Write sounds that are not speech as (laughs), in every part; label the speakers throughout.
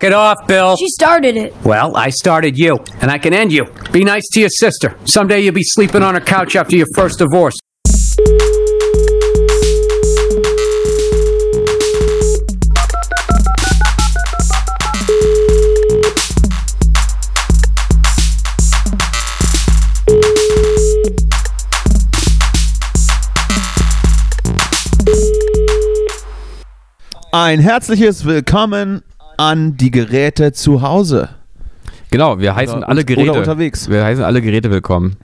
Speaker 1: Get off, Bill.
Speaker 2: She started it.
Speaker 1: Well, I started you, and I can end you. Be nice to your sister. Someday you'll be sleeping on her couch after your first divorce.
Speaker 3: Ein herzliches Willkommen an die Geräte zu Hause.
Speaker 4: Genau, wir heißen
Speaker 3: Oder-
Speaker 4: alle Geräte.
Speaker 3: oder unterwegs.
Speaker 4: Wir heißen alle Geräte willkommen.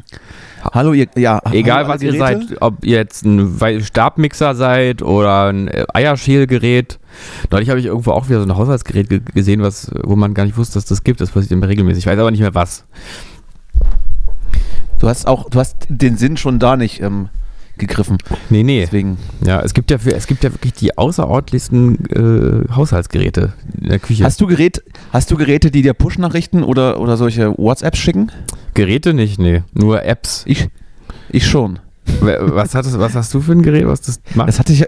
Speaker 3: Hallo, ihr. Ja,
Speaker 4: Egal
Speaker 3: hallo,
Speaker 4: was
Speaker 3: alle
Speaker 4: ihr
Speaker 3: Geräte.
Speaker 4: seid, ob ihr jetzt ein Wei- Stabmixer seid oder ein äh, Eierschälgerät. Neulich habe ich irgendwo auch wieder so ein Haushaltsgerät ge gesehen, was, wo man gar nicht wusste, dass das gibt. Das passiert immer regelmäßig. Ich weiß aber nicht mehr was.
Speaker 3: Du hast auch, du hast den Sinn schon da nicht ähm, gegriffen.
Speaker 4: Nee, nee.
Speaker 3: Deswegen.
Speaker 4: Ja, es gibt ja, für, es gibt ja wirklich die außerordentlichsten äh, Haushaltsgeräte in der Küche.
Speaker 3: Hast du Gerät, hast du Geräte, die dir Push-Nachrichten oder, oder solche WhatsApps schicken?
Speaker 4: Geräte nicht, nee. Nur Apps.
Speaker 3: Ich, ich schon.
Speaker 4: Wer- was, hattest, was hast du für ein Gerät, was das macht?
Speaker 3: Das hatte ich,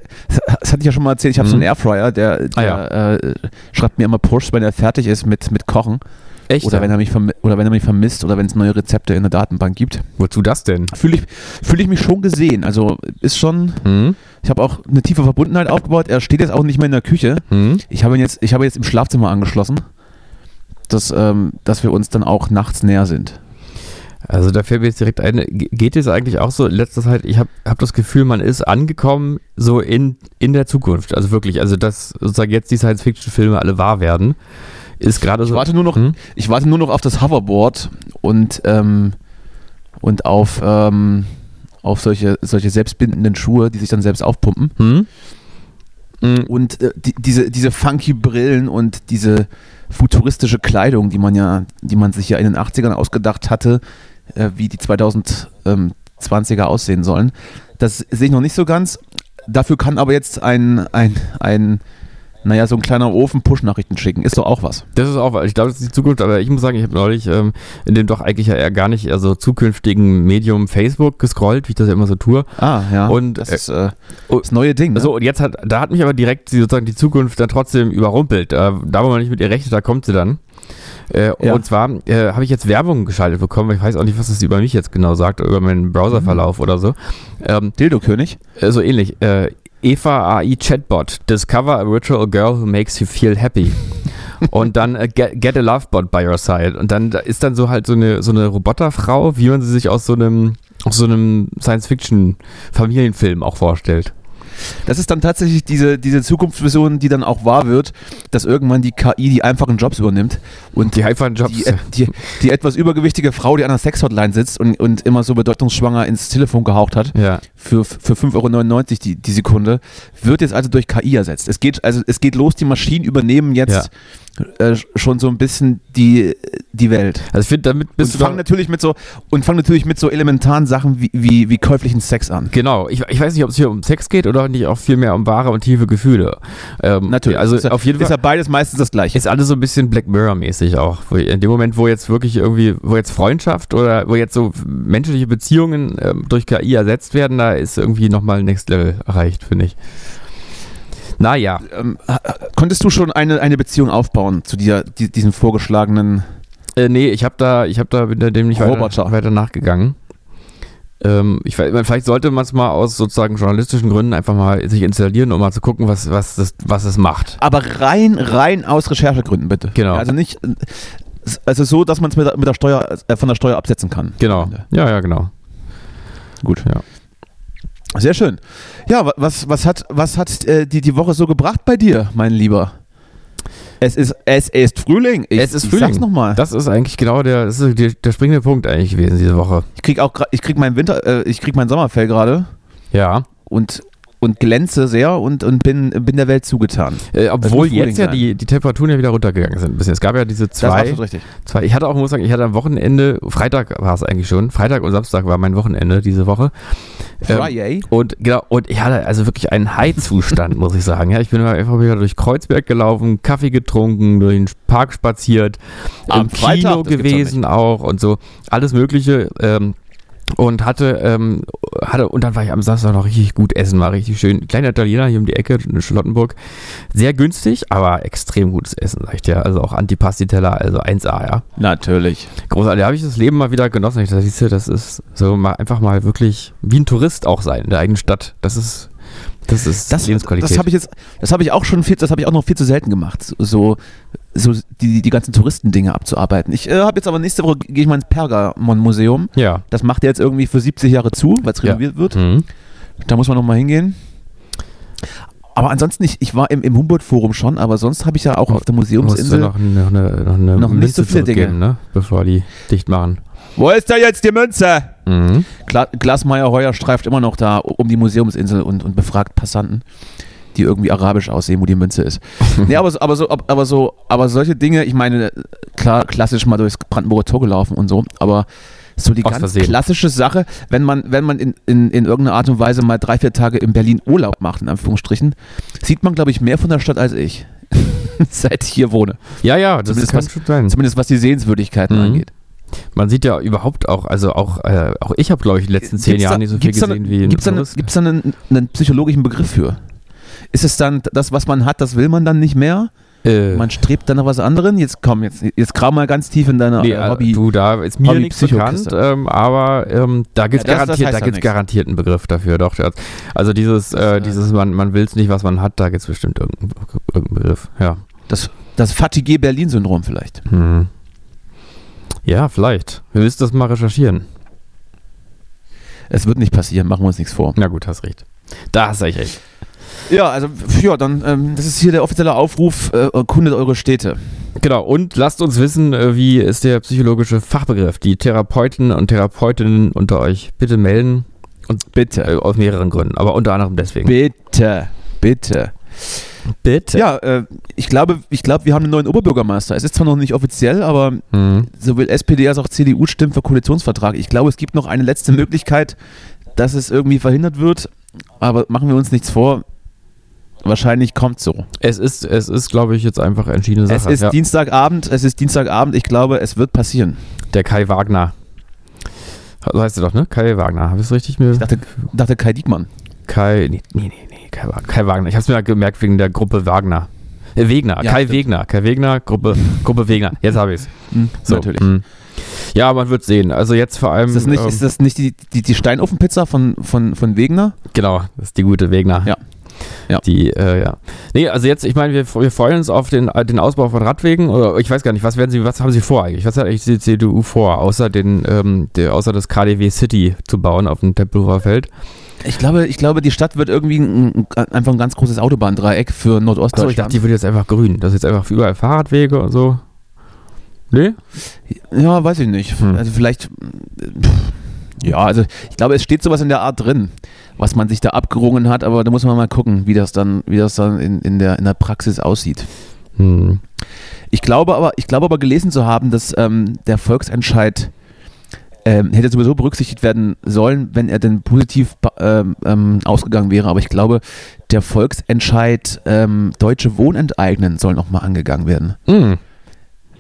Speaker 3: das hatte ich ja schon mal erzählt. Ich habe so einen
Speaker 4: Mhm.
Speaker 3: Airfryer, der, der
Speaker 4: Ah, ja.
Speaker 3: äh, schreibt mir immer Push, wenn er fertig ist mit, mit Kochen
Speaker 4: Echt?
Speaker 3: oder wenn er mich vermi- oder wenn er mich vermisst oder wenn es neue Rezepte in der Datenbank gibt.
Speaker 4: Wozu das denn?
Speaker 3: Fühle ich, fühle ich mich schon gesehen. Also ist schon.
Speaker 4: Hm?
Speaker 3: Ich habe auch eine tiefe Verbundenheit aufgebaut. Er steht jetzt auch nicht mehr in der Küche.
Speaker 4: Hm?
Speaker 3: Ich habe ihn jetzt, ich habe ihn jetzt im Schlafzimmer angeschlossen, dass, ähm, dass wir uns dann auch nachts näher sind.
Speaker 4: Also da fällt mir jetzt direkt ein, ge- geht es eigentlich auch so, letzter Zeit, ich habe hab das Gefühl, man ist angekommen so in, in der Zukunft. Also wirklich, also dass sozusagen jetzt die Science-Fiction-Filme alle wahr werden, ist gerade so.
Speaker 3: Ich warte nur noch,
Speaker 4: Hm?
Speaker 3: ich warte nur noch auf das Hoverboard und, ähm, und auf, ähm, auf solche, solche selbstbindenden Schuhe, die sich dann selbst aufpumpen.
Speaker 4: Hm? Hm,
Speaker 3: Und äh, die, diese, diese funky Brillen und diese futuristische Kleidung, die man ja, die man sich ja in den 80ern ausgedacht hatte, äh, wie die 2020er aussehen sollen, das sehe ich noch nicht so ganz. Dafür kann aber jetzt ein, ein, ein naja, so ein kleiner Ofen Push-Nachrichten schicken. Ist doch auch was.
Speaker 4: Das ist auch, ich glaube, das ist die Zukunft, aber ich muss sagen, ich habe neulich ähm, in dem doch eigentlich ja eher gar nicht, also zukünftigen Medium Facebook gescrollt, wie ich das ja immer so tue.
Speaker 3: Ah, ja.
Speaker 4: Und,
Speaker 3: das
Speaker 4: äh,
Speaker 3: ist äh,
Speaker 4: oh,
Speaker 3: das neue Ding. Ne?
Speaker 4: So, und jetzt hat, da hat mich aber direkt die- sozusagen die Zukunft dann trotzdem überrumpelt. Äh, da, wo man nicht mit ihr rechnet, da kommt sie dann. Äh,
Speaker 3: Ja.
Speaker 4: Und zwar äh, habe ich jetzt Werbung geschaltet bekommen. Ich weiß auch nicht, was das über mich jetzt genau sagt, über meinen
Speaker 3: Mhm.
Speaker 4: Browserverlauf oder so. Ähm,
Speaker 3: Dildo-König.
Speaker 4: äh, so ähnlich. Äh, Eva AI Chatbot. Discover a virtual girl who makes you
Speaker 3: (laughs)
Speaker 4: feel happy. Und dann äh, get, get a Lovebot by your side. Und dann da ist dann so halt so eine, so eine Roboterfrau, wie man sie sich aus so einem, aus so einem Science-Fiction-Familienfilm auch vorstellt.
Speaker 3: Das ist dann tatsächlich diese, diese Zukunftsvision, die dann auch wahr wird, dass irgendwann die KI die einfachen Jobs übernimmt und
Speaker 4: Die einfachen Jobs.
Speaker 3: die, die, die etwas übergewichtige Frau, die an der Sexhotline sitzt und, und immer so bedeutungsschwanger ins Telefon gehaucht hat,
Speaker 4: ja.
Speaker 3: für, für 5,99 Euro die, die Sekunde, wird jetzt also durch KI ersetzt. Es geht, also es geht los, die Maschinen übernehmen jetzt äh, schon so ein bisschen die, die Welt.
Speaker 4: Also ich finde, damit
Speaker 3: Und
Speaker 4: bist
Speaker 3: fangen
Speaker 4: du doch,
Speaker 3: natürlich mit so und fangen natürlich mit so elementaren Sachen wie, wie, wie käuflichen Sex an.
Speaker 4: Genau, ich, ich weiß nicht, ob es hier um Sex geht oder nicht auch vielmehr um wahre und tiefe Gefühle. Ähm,
Speaker 3: Natürlich.
Speaker 4: Also
Speaker 3: ist ja,
Speaker 4: auf jeden
Speaker 3: ist ja
Speaker 4: Fall
Speaker 3: beides meistens das gleiche.
Speaker 4: ist alles so ein bisschen Black Mirror-mäßig auch. Wo in dem Moment, wo jetzt wirklich irgendwie, wo jetzt Freundschaft oder wo jetzt so menschliche Beziehungen ähm, durch KI ersetzt werden, da ist irgendwie nochmal Next Level erreicht, finde ich. Naja,
Speaker 3: Ähm, ha- ha- konntest du schon eine, eine Beziehung aufbauen zu dieser, die, diesem vorgeschlagenen
Speaker 4: äh, nee, ich habe da, ich habe da bin da dem nicht
Speaker 3: Roboter.
Speaker 4: weiter, weiter nachgegangen. Ähm, ich weiß, vielleicht sollte man es mal aus sozusagen journalistischen Gründen einfach mal sich installieren, um mal zu gucken, was, was, das, was es macht.
Speaker 3: Aber rein, rein aus Recherchegründen bitte.
Speaker 4: Genau.
Speaker 3: Also nicht, also so, dass man es mit, der- mit der Steuer, äh, von der Steuer absetzen kann.
Speaker 4: Genau. Ja, ja, genau.
Speaker 3: Gut.
Speaker 4: Ja.
Speaker 3: Sehr schön. Ja, wa- was, was hat, was hat äh, die, die Woche so gebracht bei dir, mein Lieber? Es ist, es ist Frühling. Ich,
Speaker 4: Es ist
Speaker 3: Ich sag's
Speaker 4: Frühling.
Speaker 3: nochmal.
Speaker 4: Das ist eigentlich genau der, das ist der, der springende Punkt eigentlich gewesen diese Woche.
Speaker 3: Ich krieg auch, gra- ich krieg meinen Winter, äh, ich krieg mein Sommerfell gerade
Speaker 4: Ja.
Speaker 3: und, und glänze sehr und, und bin, bin der Welt zugetan. muss
Speaker 4: Äh, obwohl
Speaker 3: Also Frühling
Speaker 4: jetzt ja
Speaker 3: sein.
Speaker 4: die, die Temperaturen ja wieder runtergegangen sind bisher. Es gab ja diese zwei,
Speaker 3: richtig.
Speaker 4: zwei. Ich hatte auch, muss sagen, ich hatte am Wochenende, Freitag war es eigentlich schon, Freitag und Samstag war mein Wochenende diese Woche. Ähm,
Speaker 3: Friday.
Speaker 4: Und genau, und ich hatte also wirklich einen High-Zustand, muss ich sagen. Ja, ich bin einfach wieder durch Kreuzberg gelaufen, Kaffee getrunken, durch den Park spaziert,
Speaker 3: Am
Speaker 4: im
Speaker 3: Freitag,
Speaker 4: Kino
Speaker 3: das gibt's doch
Speaker 4: gewesen auch und so. Alles Mögliche. Ähm, und hatte, ähm, hatte, und dann war ich am Samstag noch richtig gut essen, war richtig schön. Kleiner Italiener hier um die Ecke in Charlottenburg. Sehr günstig, aber extrem gutes Essen, sag ich dir. Also auch Antipasti-Teller, also 1A, ja.
Speaker 3: Natürlich.
Speaker 4: Großartig, da habe ich das Leben mal wieder genossen. Ich dachte, siehst du, das ist so mal einfach mal wirklich wie ein Tourist auch sein in der eigenen Stadt. Das ist, das ist
Speaker 3: Das,
Speaker 4: Lebensqualität.
Speaker 3: das habe ich jetzt, das habe ich auch schon viel, das habe ich auch noch viel zu selten gemacht, so, so die, die ganzen Touristendinge abzuarbeiten. Ich äh, habe jetzt aber nächste Woche gehe ich mal ins Pergamon-Museum.
Speaker 4: ja.
Speaker 3: Das macht er jetzt irgendwie für 70 Jahre zu, weil es
Speaker 4: Ja.
Speaker 3: renoviert wird.
Speaker 4: Mhm.
Speaker 3: Da muss man nochmal hingehen. Aber ansonsten, ich, ich war im, im Humboldt-Forum schon, aber sonst habe ich
Speaker 4: Oh,
Speaker 3: ja auch auf der
Speaker 4: Musst du
Speaker 3: Museumsinsel.
Speaker 4: noch, noch eine, noch eine
Speaker 3: Noch nicht
Speaker 4: Münze
Speaker 3: so viele Dinge.
Speaker 4: zurückgeben, ne? bevor die dicht machen.
Speaker 3: Wo ist da jetzt die Münze?
Speaker 4: Mhm.
Speaker 3: Gla Glasmeier Heuer streift immer noch da um die Museumsinsel und, und befragt Passanten, die irgendwie arabisch aussehen, wo die Münze ist. nee, aber so, aber so, aber so, aber solche Dinge, ich meine, klar, klassisch mal durchs Brandenburger Tor gelaufen und so, aber so die
Speaker 4: Aus
Speaker 3: ganz
Speaker 4: Versehen.
Speaker 3: klassische Sache, wenn man, wenn man in, in, in irgendeiner Art und Weise mal drei, vier Tage in Berlin Urlaub macht, in Anführungsstrichen, sieht man, glaube ich, mehr von der Stadt als ich. (laughs) Seit ich hier wohne.
Speaker 4: Ja, ja, das
Speaker 3: Zumindest
Speaker 4: kann
Speaker 3: was-
Speaker 4: schon sein.
Speaker 3: Zumindest was die Sehenswürdigkeiten
Speaker 4: Mhm.
Speaker 3: angeht.
Speaker 4: Man sieht ja überhaupt auch, also auch, äh, auch ich habe, glaube ich, in den letzten zehn
Speaker 3: Gibt's da-
Speaker 4: Jahren nicht so viel
Speaker 3: gibt's da-
Speaker 4: gesehen wie in
Speaker 3: Gibt's da, ne-
Speaker 4: Touristen.
Speaker 3: gibt's da einen, einen psychologischen Begriff für? Ist es dann das, was man hat, das will man dann nicht mehr?
Speaker 4: Äh,
Speaker 3: Man strebt dann nach was anderem? Jetzt komm, jetzt, jetzt kram mal ganz tief in deine
Speaker 4: nee,
Speaker 3: äh,
Speaker 4: äh,
Speaker 3: Hobby.
Speaker 4: du, da ist mir
Speaker 3: Hobby
Speaker 4: nichts bekannt,
Speaker 3: Psychokiste.
Speaker 4: ähm, aber ähm, da gibt es
Speaker 3: Ja, das- das
Speaker 4: garantiert,
Speaker 3: heißt
Speaker 4: da
Speaker 3: ja
Speaker 4: gibt's
Speaker 3: nichts.
Speaker 4: garantiert einen Begriff dafür, doch. der- Also dieses,
Speaker 3: Das,
Speaker 4: äh,
Speaker 3: äh,
Speaker 4: dieses man, man will es nicht, was man hat, da gibt es bestimmt irgendeinen irgendeinen Begriff, ja.
Speaker 3: Das, das Fatigue Berlin-Syndrom vielleicht.
Speaker 4: Hm. Ja, vielleicht. Wir müssen das mal recherchieren.
Speaker 3: Es wird nicht passieren, machen wir uns nichts vor.
Speaker 4: Na gut, hast recht. Da hast du echt recht.
Speaker 3: Ja, also, f- ja, dann, ähm, das ist hier der offizielle Aufruf, äh, erkundet eure Städte.
Speaker 4: Genau, und lasst uns wissen, äh, wie ist der psychologische Fachbegriff. Die Therapeuten und Therapeutinnen unter euch bitte melden.
Speaker 3: Bitte.
Speaker 4: Äh, aus mehreren Gründen, aber unter anderem deswegen.
Speaker 3: Bitte. Bitte.
Speaker 4: bitte.
Speaker 3: Ja, äh, ich glaube, ich glaube, wir haben einen neuen Oberbürgermeister. Es ist zwar noch nicht offiziell, aber
Speaker 4: Mhm.
Speaker 3: sowohl SPD als auch CDU stimmen für Koalitionsvertrag. Ich glaube, es gibt noch eine letzte Möglichkeit, dass es irgendwie verhindert wird. Aber machen wir uns nichts vor. Wahrscheinlich kommt so.
Speaker 4: Es ist, es ist, glaube ich, jetzt einfach entschiedene Sache.
Speaker 3: es ist
Speaker 4: ja.
Speaker 3: Dienstagabend, es ist Dienstagabend. Ich glaube, es wird passieren.
Speaker 4: Der Kai Wagner. So heißt er doch, ne? Kai Wagner. Habe ich es richtig mir?
Speaker 3: Ich dachte, dachte Kai Diekmann.
Speaker 4: Kai. Nee, nee, nee, nee Kai, Wagner. Kai Wagner. Ich habe es mir halt gemerkt wegen der Gruppe Wagner. Äh, Wegner,
Speaker 3: Ja,
Speaker 4: Kai
Speaker 3: stimmt.
Speaker 4: Wegner, Kai Wegner, Gruppe, Gruppe Wegner. Jetzt habe ich es.
Speaker 3: Hm, Natürlich. Hm,
Speaker 4: Ja, man wird sehen. Also jetzt vor allem.
Speaker 3: Ist das nicht,
Speaker 4: ähm,
Speaker 3: ist das nicht die, die, die Steinofenpizza von, von, von Wegener?
Speaker 4: Genau, das ist die gute Wegner.
Speaker 3: Ja. Ja.
Speaker 4: Die, äh, ja. Nee, also jetzt, ich meine, wir, wir freuen uns auf den, äh, den Ausbau von Radwegen. Oder ich weiß gar nicht, was werden Sie, was haben Sie vor eigentlich? Was hat eigentlich die CDU vor, außer den, ähm, der, außer das KDW City zu bauen auf dem Tempelhofer Feld?
Speaker 3: Ich glaube, ich glaube, die Stadt wird irgendwie ein, ein- einfach ein ganz großes Autobahndreieck für
Speaker 4: Achso, ich
Speaker 3: Nordostdeutschland.
Speaker 4: dachte, die würde jetzt einfach grün. Das ist jetzt einfach überall Fahrradwege und so. Nee?
Speaker 3: Ja, weiß ich nicht.
Speaker 4: Hm.
Speaker 3: Also vielleicht. äh, pff, Ja, also ich glaube, es steht sowas in der Art drin, was man sich da abgerungen hat, aber da muss man mal gucken, wie das dann, wie das dann in, in, der, in der Praxis aussieht.
Speaker 4: Hm.
Speaker 3: Ich glaube aber, ich glaube aber gelesen zu haben, dass ähm, der Volksentscheid ähm, hätte sowieso berücksichtigt werden sollen, wenn er denn positiv be- ähm, ähm, ausgegangen wäre. Aber ich glaube, der Volksentscheid ähm, Deutsche Wohnenteignen soll nochmal angegangen werden.
Speaker 4: Hm.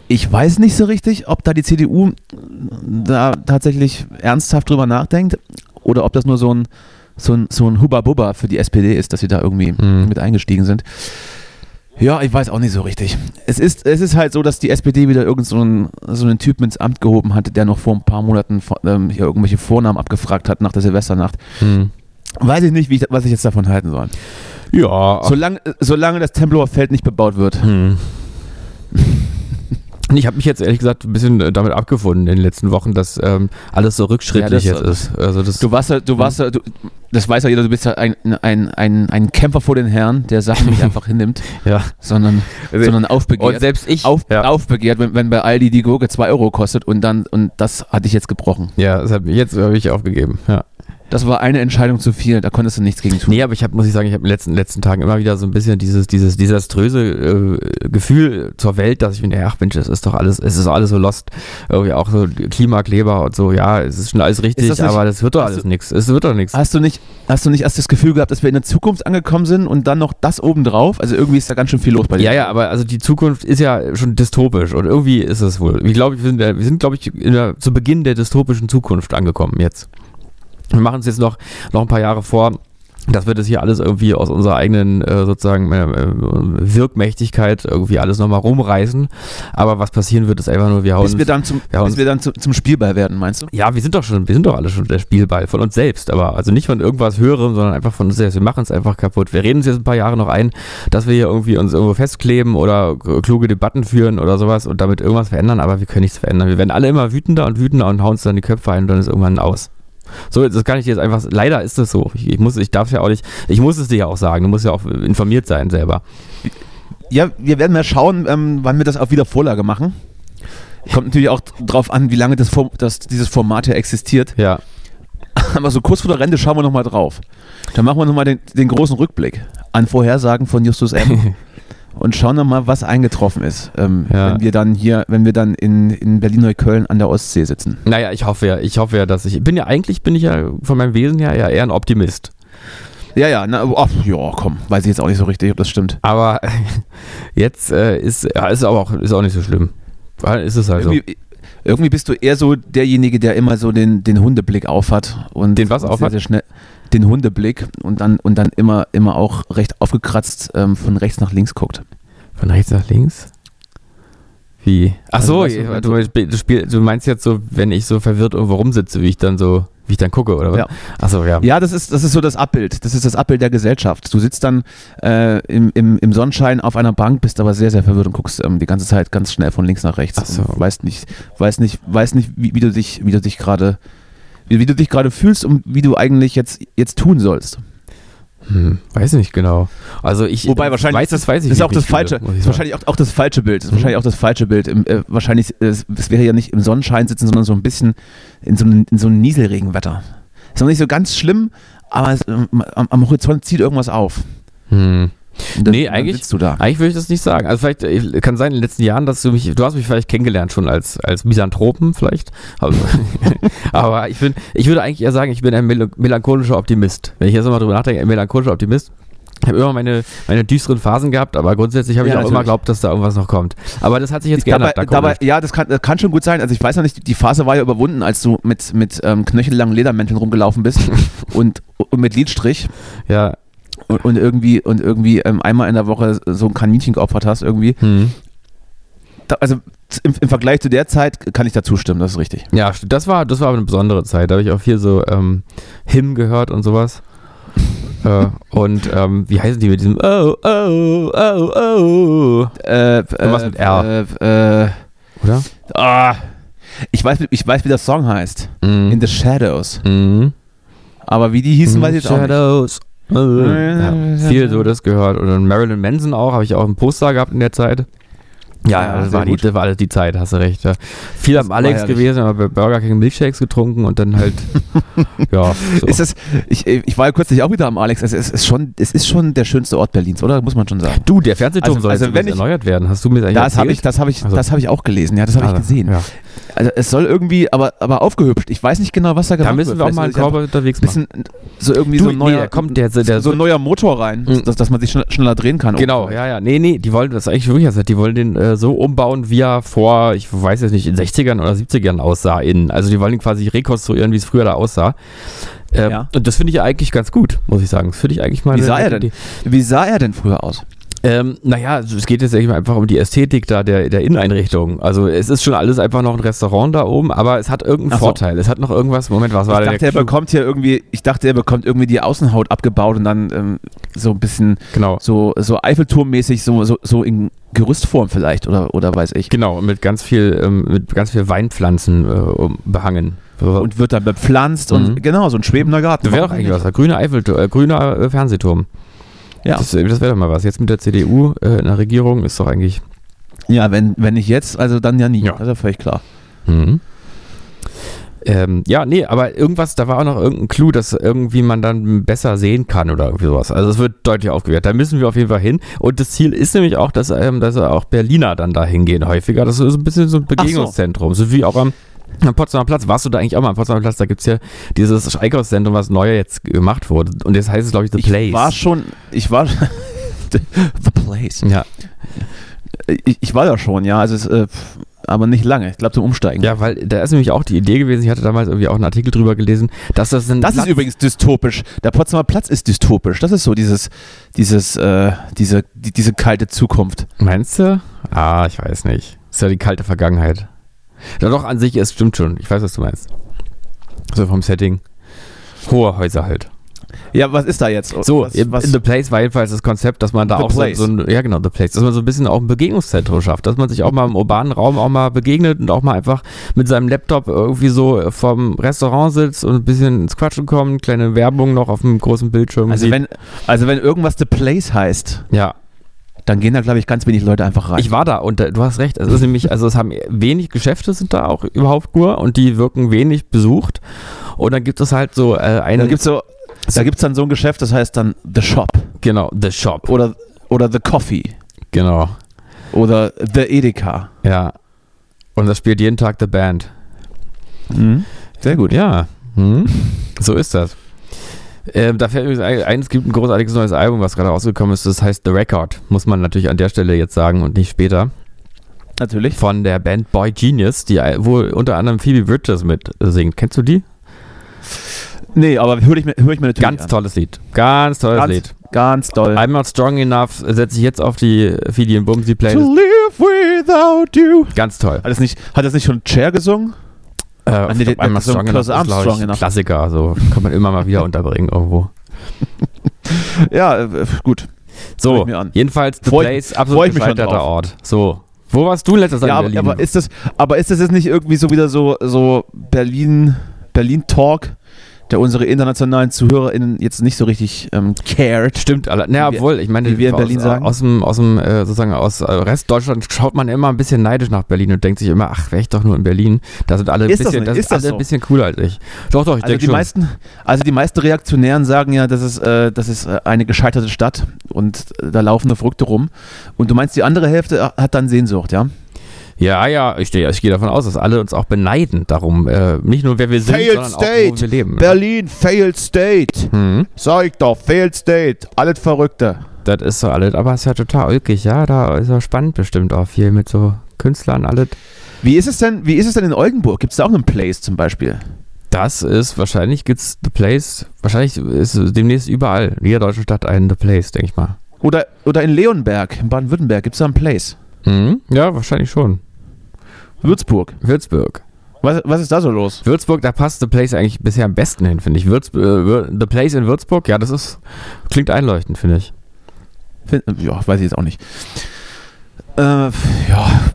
Speaker 3: Ich weiß nicht so richtig, ob da die CDU äh, da tatsächlich ernsthaft drüber nachdenkt oder ob das nur so ein, so ein, so ein Hubba-Bubba für die SPD ist, dass sie da irgendwie
Speaker 4: Hm.
Speaker 3: mit eingestiegen sind. Ja, ich weiß auch nicht so richtig. Es ist, es ist halt so, dass die SPD wieder irgend so einen, so einen Typen ins Amt gehoben hatte, der noch vor ein paar Monaten vor- ähm, hier irgendwelche Vornamen abgefragt hat nach der Silvesternacht.
Speaker 4: Hm.
Speaker 3: Weiß ich nicht, wie ich, was ich jetzt davon halten soll.
Speaker 4: Ja.
Speaker 3: Solange, solange das Tempelhofer Feld nicht bebaut wird.
Speaker 4: Hm. Und Ich habe mich jetzt ehrlich gesagt ein bisschen äh, damit abgefunden in den letzten Wochen, dass ähm, alles so rückschrittlich
Speaker 3: Ja, das-
Speaker 4: jetzt ist. Also das
Speaker 3: Du warst ja, du warst ja, du, das weiß ja jeder, du bist ja ein, ein, ein, ein Kämpfer vor den Herren, der Sachen nicht einfach hinnimmt,
Speaker 4: ja. (laughs)
Speaker 3: sondern, sondern aufbegehrt.
Speaker 4: Also selbst ich.
Speaker 3: Auf,
Speaker 4: ja.
Speaker 3: Aufbegehrt, wenn, wenn bei Aldi die Gurke 2 Euro kostet und dann, und das hatte ich jetzt gebrochen.
Speaker 4: ja, das hat mich jetzt habe ich aufgegeben. Ja.
Speaker 3: Das war eine Entscheidung zu viel, da konntest du nichts gegen tun.
Speaker 4: Nee, aber ich habe, muss ich sagen, ich habe in den letzten, letzten Tagen immer wieder so ein bisschen dieses, dieses desaströse äh, Gefühl zur Welt, dass ich mir, denke, ach Mensch, es ist doch alles, es ist alles so lost. Irgendwie auch so Klimakleber und so, ja, es ist schon alles richtig,
Speaker 3: das nicht-
Speaker 4: aber das wird doch
Speaker 3: hast
Speaker 4: alles
Speaker 3: du-
Speaker 4: nichts. Es wird doch nichts.
Speaker 3: Hast du nicht, hast du nicht erst das Gefühl gehabt, dass wir in der Zukunft angekommen sind und dann noch das obendrauf? Also irgendwie ist da ganz schön viel los bei dir.
Speaker 4: Ja, ja, aber also die Zukunft ist ja schon dystopisch und irgendwie ist es wohl. Ich glaube, wir sind, wir sind glaube ich, in der, zu Beginn der dystopischen Zukunft angekommen jetzt. Wir machen es jetzt noch, noch ein paar Jahre vor, dass wir das hier alles irgendwie aus unserer eigenen äh, sozusagen äh, äh, Wirkmächtigkeit irgendwie alles nochmal rumreißen. Aber was passieren wird, ist einfach nur, wir hauen.
Speaker 3: Bis wir dann zum,
Speaker 4: Ja, und-
Speaker 3: bis wir dann zu, zum Spielball werden, meinst du?
Speaker 4: ja, wir sind doch schon, wir sind doch alle schon der Spielball von uns selbst, aber also nicht von irgendwas Höherem, sondern einfach von uns selbst. Wir machen es einfach kaputt. Wir reden uns jetzt ein paar Jahre noch ein, dass wir hier irgendwie uns irgendwo festkleben oder k- kluge Debatten führen oder sowas und damit irgendwas verändern, aber wir können nichts verändern. Wir werden alle immer wütender und wütender und hauen uns dann die Köpfe ein und dann ist irgendwann aus. So, das kann ich jetzt einfach, leider ist das so. Ich, ich muss, ich darf ja auch nicht, ich muss es dir ja auch sagen. Du musst ja auch informiert sein selber.
Speaker 3: Ja, wir werden mal schauen, ähm, wann wir das auch wieder Vorlage machen. Kommt natürlich auch drauf an, wie lange das, Form- das, dieses Format hier existiert. (laughs)
Speaker 4: Ja.
Speaker 3: Aber so kurz vor der Rente schauen wir nochmal drauf. Dann machen wir nochmal den, den großen Rückblick an Vorhersagen von Justus M. und schauen nochmal, was eingetroffen ist, ähm,
Speaker 4: Ja.
Speaker 3: wenn wir dann hier, wenn wir dann in, in Berlin-Neukölln an der Ostsee sitzen.
Speaker 4: Naja, ich hoffe ja, ich hoffe ja, dass ich, bin ja eigentlich, bin ich ja von meinem Wesen her ja eher ein Optimist.
Speaker 3: Ja, ja, na, ach, ja, komm, weiß ich jetzt auch nicht so richtig, ob das stimmt.
Speaker 4: Aber (laughs) jetzt äh, ist ja, ist aber auch ist auch nicht so schlimm. Ja, Ist es also.
Speaker 3: Irgendwie, irgendwie bist du eher so derjenige, der immer so den, den Hundeblick aufhat und
Speaker 4: Den was
Speaker 3: und
Speaker 4: aufhat?
Speaker 3: Sehr, sehr schnell den Hundeblick und dann und dann immer immer auch recht aufgekratzt ähm, von rechts nach links guckt.
Speaker 4: Von rechts nach links? Wie? Ach so,
Speaker 3: Also, weißt du,
Speaker 4: du, du, spiel- du meinst jetzt so, wenn ich so verwirrt irgendwo rumsitze, wie ich dann so, wie ich dann gucke, oder was?
Speaker 3: Ja.
Speaker 4: Ach so, ja.
Speaker 3: Ja, das ist das ist so das Abbild. Das ist das Abbild der Gesellschaft. Du sitzt dann äh, im, im, im Sonnenschein auf einer Bank, bist aber sehr sehr verwirrt und guckst ähm, die ganze Zeit ganz schnell von links nach rechts.
Speaker 4: Ach so.
Speaker 3: Und Weißt nicht, weißt nicht, weißt nicht, wie, wie du dich wie du dich gerade wie, wie du dich gerade fühlst und wie du eigentlich jetzt jetzt tun sollst.
Speaker 4: Hm, weiß nicht genau. Also ich
Speaker 3: Wobei wahrscheinlich-
Speaker 4: weiß, das weiß ich
Speaker 3: Das ist
Speaker 4: nicht,
Speaker 3: auch das
Speaker 4: wie Mhm. ich
Speaker 3: falsche,
Speaker 4: fühle, muss ich
Speaker 3: ist
Speaker 4: sagen.
Speaker 3: wahrscheinlich auch, auch das falsche Bild. Ist wahrscheinlich auch das falsche Bild. Im, äh, wahrscheinlich, äh, es es wäre ja nicht im Sonnenschein sitzen, sondern so ein bisschen in so einem, in so einem Nieselregenwetter. Ist noch nicht so ganz schlimm, aber es, ähm, am, am Horizont zieht irgendwas auf.
Speaker 4: Hm.
Speaker 3: Und dann-
Speaker 4: Nee,
Speaker 3: dann
Speaker 4: eigentlich-
Speaker 3: sitzt du da.
Speaker 4: Eigentlich würde ich das nicht sagen. Also vielleicht äh, kann sein in den letzten Jahren, dass du mich, du hast mich vielleicht kennengelernt schon als als Misanthropen vielleicht. Also, (laughs) aber ich bin, ich würde eigentlich eher sagen, ich bin ein mel- melancholischer Optimist. Wenn ich jetzt nochmal drüber nachdenke, ein melancholischer Optimist. Ich habe immer meine, meine düsteren Phasen gehabt, aber grundsätzlich habe ich
Speaker 3: Ja,
Speaker 4: auch immer
Speaker 3: natürlich.
Speaker 4: geglaubt, dass da irgendwas noch kommt. Aber das hat sich jetzt
Speaker 3: Dabei,
Speaker 4: geändert. da komme
Speaker 3: dabei, ja, das kann, das kann schon gut sein. Also ich weiß noch nicht, die Phase war ja überwunden, als du mit, mit ähm, knöchellangen Ledermänteln rumgelaufen
Speaker 4: (laughs)
Speaker 3: bist und, und mit Lidstrich
Speaker 4: ich. Ja.
Speaker 3: und, und irgendwie, und irgendwie ähm, einmal in der Woche so ein Kaninchen geopfert hast irgendwie.
Speaker 4: Hm.
Speaker 3: Da, also z- im, im Vergleich zu der Zeit kann ich da zustimmen, das ist richtig.
Speaker 4: Ja, stimmt. das war, das war aber eine besondere Zeit. Da habe ich auch viel so ähm, Him gehört und sowas. äh, und ähm, wie heißen die mit diesem Oh, oh, oh, oh,
Speaker 3: Äh,
Speaker 4: Irgendwas mit R.
Speaker 3: Äh, äh,
Speaker 4: oder?
Speaker 3: ah. ich, weiß, ich weiß, wie der Song heißt.
Speaker 4: Hm.
Speaker 3: In the Shadows.
Speaker 4: Mhm.
Speaker 3: Aber wie die hießen, weiß ich jetzt auch nicht.
Speaker 4: Shadows. Äh. Ja, viel so das gehört. Und dann Marilyn Manson auch, habe ich auch ein Poster gehabt in der Zeit. Ja,
Speaker 3: Ja,
Speaker 4: ja das,
Speaker 3: sehr
Speaker 4: war die,
Speaker 3: gut.
Speaker 4: das war alles die Zeit, hast du recht. Ja. Viel am
Speaker 3: war
Speaker 4: Alex
Speaker 3: ja
Speaker 4: gewesen, aber bei Burger King Milkshakes getrunken und
Speaker 3: (laughs)
Speaker 4: dann halt, ja. So.
Speaker 3: Ist das, ich, ich war ja kürzlich auch wieder am Alex. Also es, ist schon, es ist schon der schönste Ort Berlins, oder? Muss man schon sagen.
Speaker 4: du, der Fernsehturm
Speaker 3: Also-
Speaker 4: soll
Speaker 3: also
Speaker 4: jetzt
Speaker 3: wenn
Speaker 4: übrigens
Speaker 3: ich-
Speaker 4: erneuert werden. Hast du mir das eigentlich
Speaker 3: Das habe ich,
Speaker 4: erzählt?
Speaker 3: das hab ich,
Speaker 4: Also-
Speaker 3: das hab ich auch gelesen. Ja, das habe ich
Speaker 4: Also,
Speaker 3: gesehen.
Speaker 4: Ja.
Speaker 3: Also es soll irgendwie, aber, aber aufgehübscht. Ich weiß nicht genau, was da gemacht
Speaker 4: Da müssen wir auch
Speaker 3: Vielleicht
Speaker 4: mal einen
Speaker 3: soll also ich
Speaker 4: Körper unterwegs
Speaker 3: einfach
Speaker 4: machen.
Speaker 3: ein bisschen so irgendwie so ein neuer,
Speaker 4: da kommt der, der, der
Speaker 3: so ein neuer Motor rein,
Speaker 4: Mhm.
Speaker 3: dass, dass man sich schn- schneller drehen kann. Oh,
Speaker 4: Genau, ja, ja. Nee, nee, die wollen das eigentlich wirklich, also die wollen den äh, so umbauen, wie er vor, ich weiß jetzt nicht, in 60ern oder 70ern aussah. In, also die wollen ihn quasi rekonstruieren, wie es früher da aussah. Ähm,
Speaker 3: Ja.
Speaker 4: Und das finde ich ja eigentlich ganz gut, muss ich sagen. Das finde ich eigentlich mal
Speaker 3: Wie
Speaker 4: eine
Speaker 3: sah er
Speaker 4: nette
Speaker 3: denn?
Speaker 4: Idee.
Speaker 3: Wie sah er denn früher aus?
Speaker 4: Ähm, naja, also es geht jetzt eigentlich mal einfach um die Ästhetik da der, der Inneneinrichtung. Also es ist schon alles einfach noch ein Restaurant da oben, aber es hat irgendeinen
Speaker 3: Ach so.
Speaker 4: Vorteil. Es hat noch irgendwas, Moment, was war
Speaker 3: ich
Speaker 4: denn
Speaker 3: dachte, er
Speaker 4: Clou?
Speaker 3: bekommt hier irgendwie, ich dachte, er bekommt irgendwie die Außenhaut abgebaut und dann ähm, so ein bisschen
Speaker 4: Genau.
Speaker 3: so, so Eiffelturmmäßig, so, so, so in Gerüstform vielleicht oder, oder weiß ich.
Speaker 4: Genau, mit ganz viel, ähm, mit ganz viel Weinpflanzen äh, um- behangen.
Speaker 3: Und wird dann bepflanzt
Speaker 4: Mhm.
Speaker 3: und genau, so ein schwebender Garten.
Speaker 4: Das wäre doch eigentlich was. Der grüne, Eiffeltur, äh, grüner äh, Fernsehturm.
Speaker 3: Ja.
Speaker 4: Das, äh, das wäre doch mal was. Jetzt mit der CDU äh, in der Regierung ist doch eigentlich.
Speaker 3: Ja, wenn, wenn nicht jetzt, also dann ja nie.
Speaker 4: Ja.
Speaker 3: Das ist ja völlig klar.
Speaker 4: hm. Ähm, ja, nee, aber irgendwas, da war auch noch irgendein Clou, dass irgendwie man dann besser sehen kann oder irgendwie sowas. Also es wird deutlich aufgewehrt. Da müssen wir auf jeden Fall hin. Und das Ziel ist nämlich auch, dass, ähm, dass auch Berliner dann da hingehen häufiger. Das ist ein bisschen so ein Begegnungszentrum. So. wie auch am, am Potsdamer Platz. Warst du da eigentlich auch mal am Potsdamer Platz? Da gibt's ja dieses Einkaufszentrum, was neu jetzt gemacht wurde. Und jetzt heißt es, glaube ich, The Place.
Speaker 3: Ich war schon, ich war (laughs) The Place.
Speaker 4: ja.
Speaker 3: Ich, ich war da schon, ja. Also es, äh, pf, aber nicht lange. Ich glaube zum Umsteigen.
Speaker 4: ja, weil da ist nämlich auch die Idee gewesen, ich hatte damals irgendwie auch einen Artikel drüber gelesen, dass das ein
Speaker 3: Das
Speaker 4: Platz-
Speaker 3: ist übrigens dystopisch. Der Potsdamer Platz ist dystopisch. Das ist so dieses, dieses, äh, diese, die, diese kalte Zukunft.
Speaker 4: Meinst du? Ah, ich weiß nicht. Ist ja die kalte Vergangenheit. Ja, doch, an sich, es stimmt schon. Ich weiß, was du meinst. So vom Setting. Hohe Häuser halt.
Speaker 3: Ja, was ist da jetzt?
Speaker 4: So,
Speaker 3: was,
Speaker 4: in-
Speaker 3: was,
Speaker 4: in The Place war jedenfalls das Konzept, dass man da
Speaker 3: The
Speaker 4: auch so,
Speaker 3: Place.
Speaker 4: so ein, ja genau, The Place, dass man so ein bisschen auch ein Begegnungszentrum schafft, dass man sich auch mal im urbanen Raum auch mal begegnet und auch mal einfach mit seinem Laptop irgendwie so vom Restaurant sitzt und ein bisschen ins Quatschen kommt, kleine Werbung noch auf dem großen Bildschirm.
Speaker 3: also,
Speaker 4: sieht.
Speaker 3: wenn, also wenn irgendwas The Place heißt,
Speaker 4: ja,
Speaker 3: dann gehen da, glaube ich, ganz wenig Leute einfach rein.
Speaker 4: Ich war da und äh, du hast recht. Es ist nämlich, also es haben wenig Geschäfte sind da auch überhaupt nur und die wirken wenig besucht. Und dann gibt es halt so äh,
Speaker 3: da
Speaker 4: einen,
Speaker 3: gibt es so, da gibt's dann so ein Geschäft, das heißt dann The Shop
Speaker 4: genau, The Shop.
Speaker 3: oder, oder The Coffee
Speaker 4: Genau.
Speaker 3: oder The Edeka.
Speaker 4: Ja. Und das spielt jeden Tag The Band.
Speaker 3: Sehr gut.
Speaker 4: Mhm. Ja. Hm. So ist das. Ähm, da fällt übrigens ein, ein, es gibt ein großartiges neues Album, was gerade rausgekommen ist, das heißt The Record. Muss man natürlich an der Stelle jetzt sagen und nicht später.
Speaker 3: Natürlich.
Speaker 4: Von der Band Boy Genius, die äh, wohl unter anderem Phoebe Bridges mit singt. Kennst du die?
Speaker 3: Nee, aber höre ich, mir- hör ich mir natürlich
Speaker 4: Ganz Also
Speaker 3: an.
Speaker 4: tolles Lied. Ganz tolles
Speaker 3: Ganz,
Speaker 4: Lied.
Speaker 3: ganz toll.
Speaker 4: I'm not Äh, strong enough äh, setze ich jetzt auf die Fidi und Bumsi Playlist.
Speaker 3: To live without you.
Speaker 4: Ganz toll.
Speaker 3: Hat das nicht, hat das nicht schon Cher gesungen?
Speaker 4: Äh,
Speaker 3: nee,
Speaker 4: ich glaub,
Speaker 3: das
Speaker 4: I'm not
Speaker 3: ist so ein
Speaker 4: strong
Speaker 3: Close
Speaker 4: enough ist,
Speaker 3: Arms
Speaker 4: glaub
Speaker 3: strong
Speaker 4: ich, ein
Speaker 3: enough.
Speaker 4: Klassiker. So kann man immer mal wieder unterbringen irgendwo.
Speaker 3: Ja, äh, gut. Hör
Speaker 4: So,
Speaker 3: ich mir an.
Speaker 4: jedenfalls The
Speaker 3: Freu ich-
Speaker 4: Place,
Speaker 3: freu
Speaker 4: absolut
Speaker 3: ich mich schon
Speaker 4: gescheiterter
Speaker 3: drauf.
Speaker 4: Ort. So. Wo warst du letztes Jahr
Speaker 3: Ja, aber, aber ist das, aber ist das jetzt nicht irgendwie so wieder so, so Berlin, Berlin Talk, der unsere internationalen ZuhörerInnen jetzt nicht so richtig ähm, cared?
Speaker 4: Stimmt, alle. Naja,
Speaker 3: Wie wir-
Speaker 4: obwohl, ich meine,
Speaker 3: wie wir in
Speaker 4: aus,
Speaker 3: Berlin sagen.
Speaker 4: aus dem, aus dem äh, sozusagen aus äh, Restdeutschland schaut man immer ein bisschen neidisch nach Berlin und denkt sich immer, ach, wäre ich doch nur in Berlin. Da sind alle ein
Speaker 3: Ist das
Speaker 4: bisschen,
Speaker 3: nicht?
Speaker 4: da sind
Speaker 3: Ist das
Speaker 4: alle
Speaker 3: so?
Speaker 4: ein bisschen cooler als ich. Doch, doch, ich
Speaker 3: Also
Speaker 4: denke
Speaker 3: die,
Speaker 4: schon.
Speaker 3: meisten, also die meisten Reaktionären sagen ja, das ist, äh, das ist äh, eine gescheiterte Stadt und äh, da laufen nur Verrückte rum. Und du meinst, die andere Hälfte äh, hat dann Sehnsucht, ja?
Speaker 4: Ja, ah ja, ich, steh- ich gehe davon aus, dass alle uns auch beneiden darum. Äh, nicht nur, wer wir sind,
Speaker 2: Failed
Speaker 4: sondern auch, wo
Speaker 2: State.
Speaker 4: wir leben.
Speaker 2: Berlin, failed state.
Speaker 4: Hm,
Speaker 2: Sag ich doch, failed state. Alles Verrückte.
Speaker 4: das ist so alles, aber es ist ja total ulkig, ja, da ist ja spannend bestimmt auch viel mit so Künstlern alles.
Speaker 3: Wie ist es denn, wie ist es denn in Oldenburg? Gibt es da auch einen Place zum Beispiel?
Speaker 4: Das ist, wahrscheinlich gibt's The Place, wahrscheinlich ist demnächst überall, in jeder deutschen Stadt ein The Place, denke ich mal.
Speaker 3: Oder, oder in Leonberg, in Baden-Württemberg, gibt es da einen Place?
Speaker 4: Hm, ja, wahrscheinlich schon.
Speaker 3: Würzburg.
Speaker 4: Würzburg.
Speaker 3: Was, was ist da so los?
Speaker 4: Würzburg, da passt The Place eigentlich bisher am besten hin, finde ich. Würz, äh, Wür- The Place in Würzburg, ja, das ist, klingt einleuchtend, finde ich.
Speaker 3: Fin- Ja, weiß ich jetzt auch nicht. Äh, ja,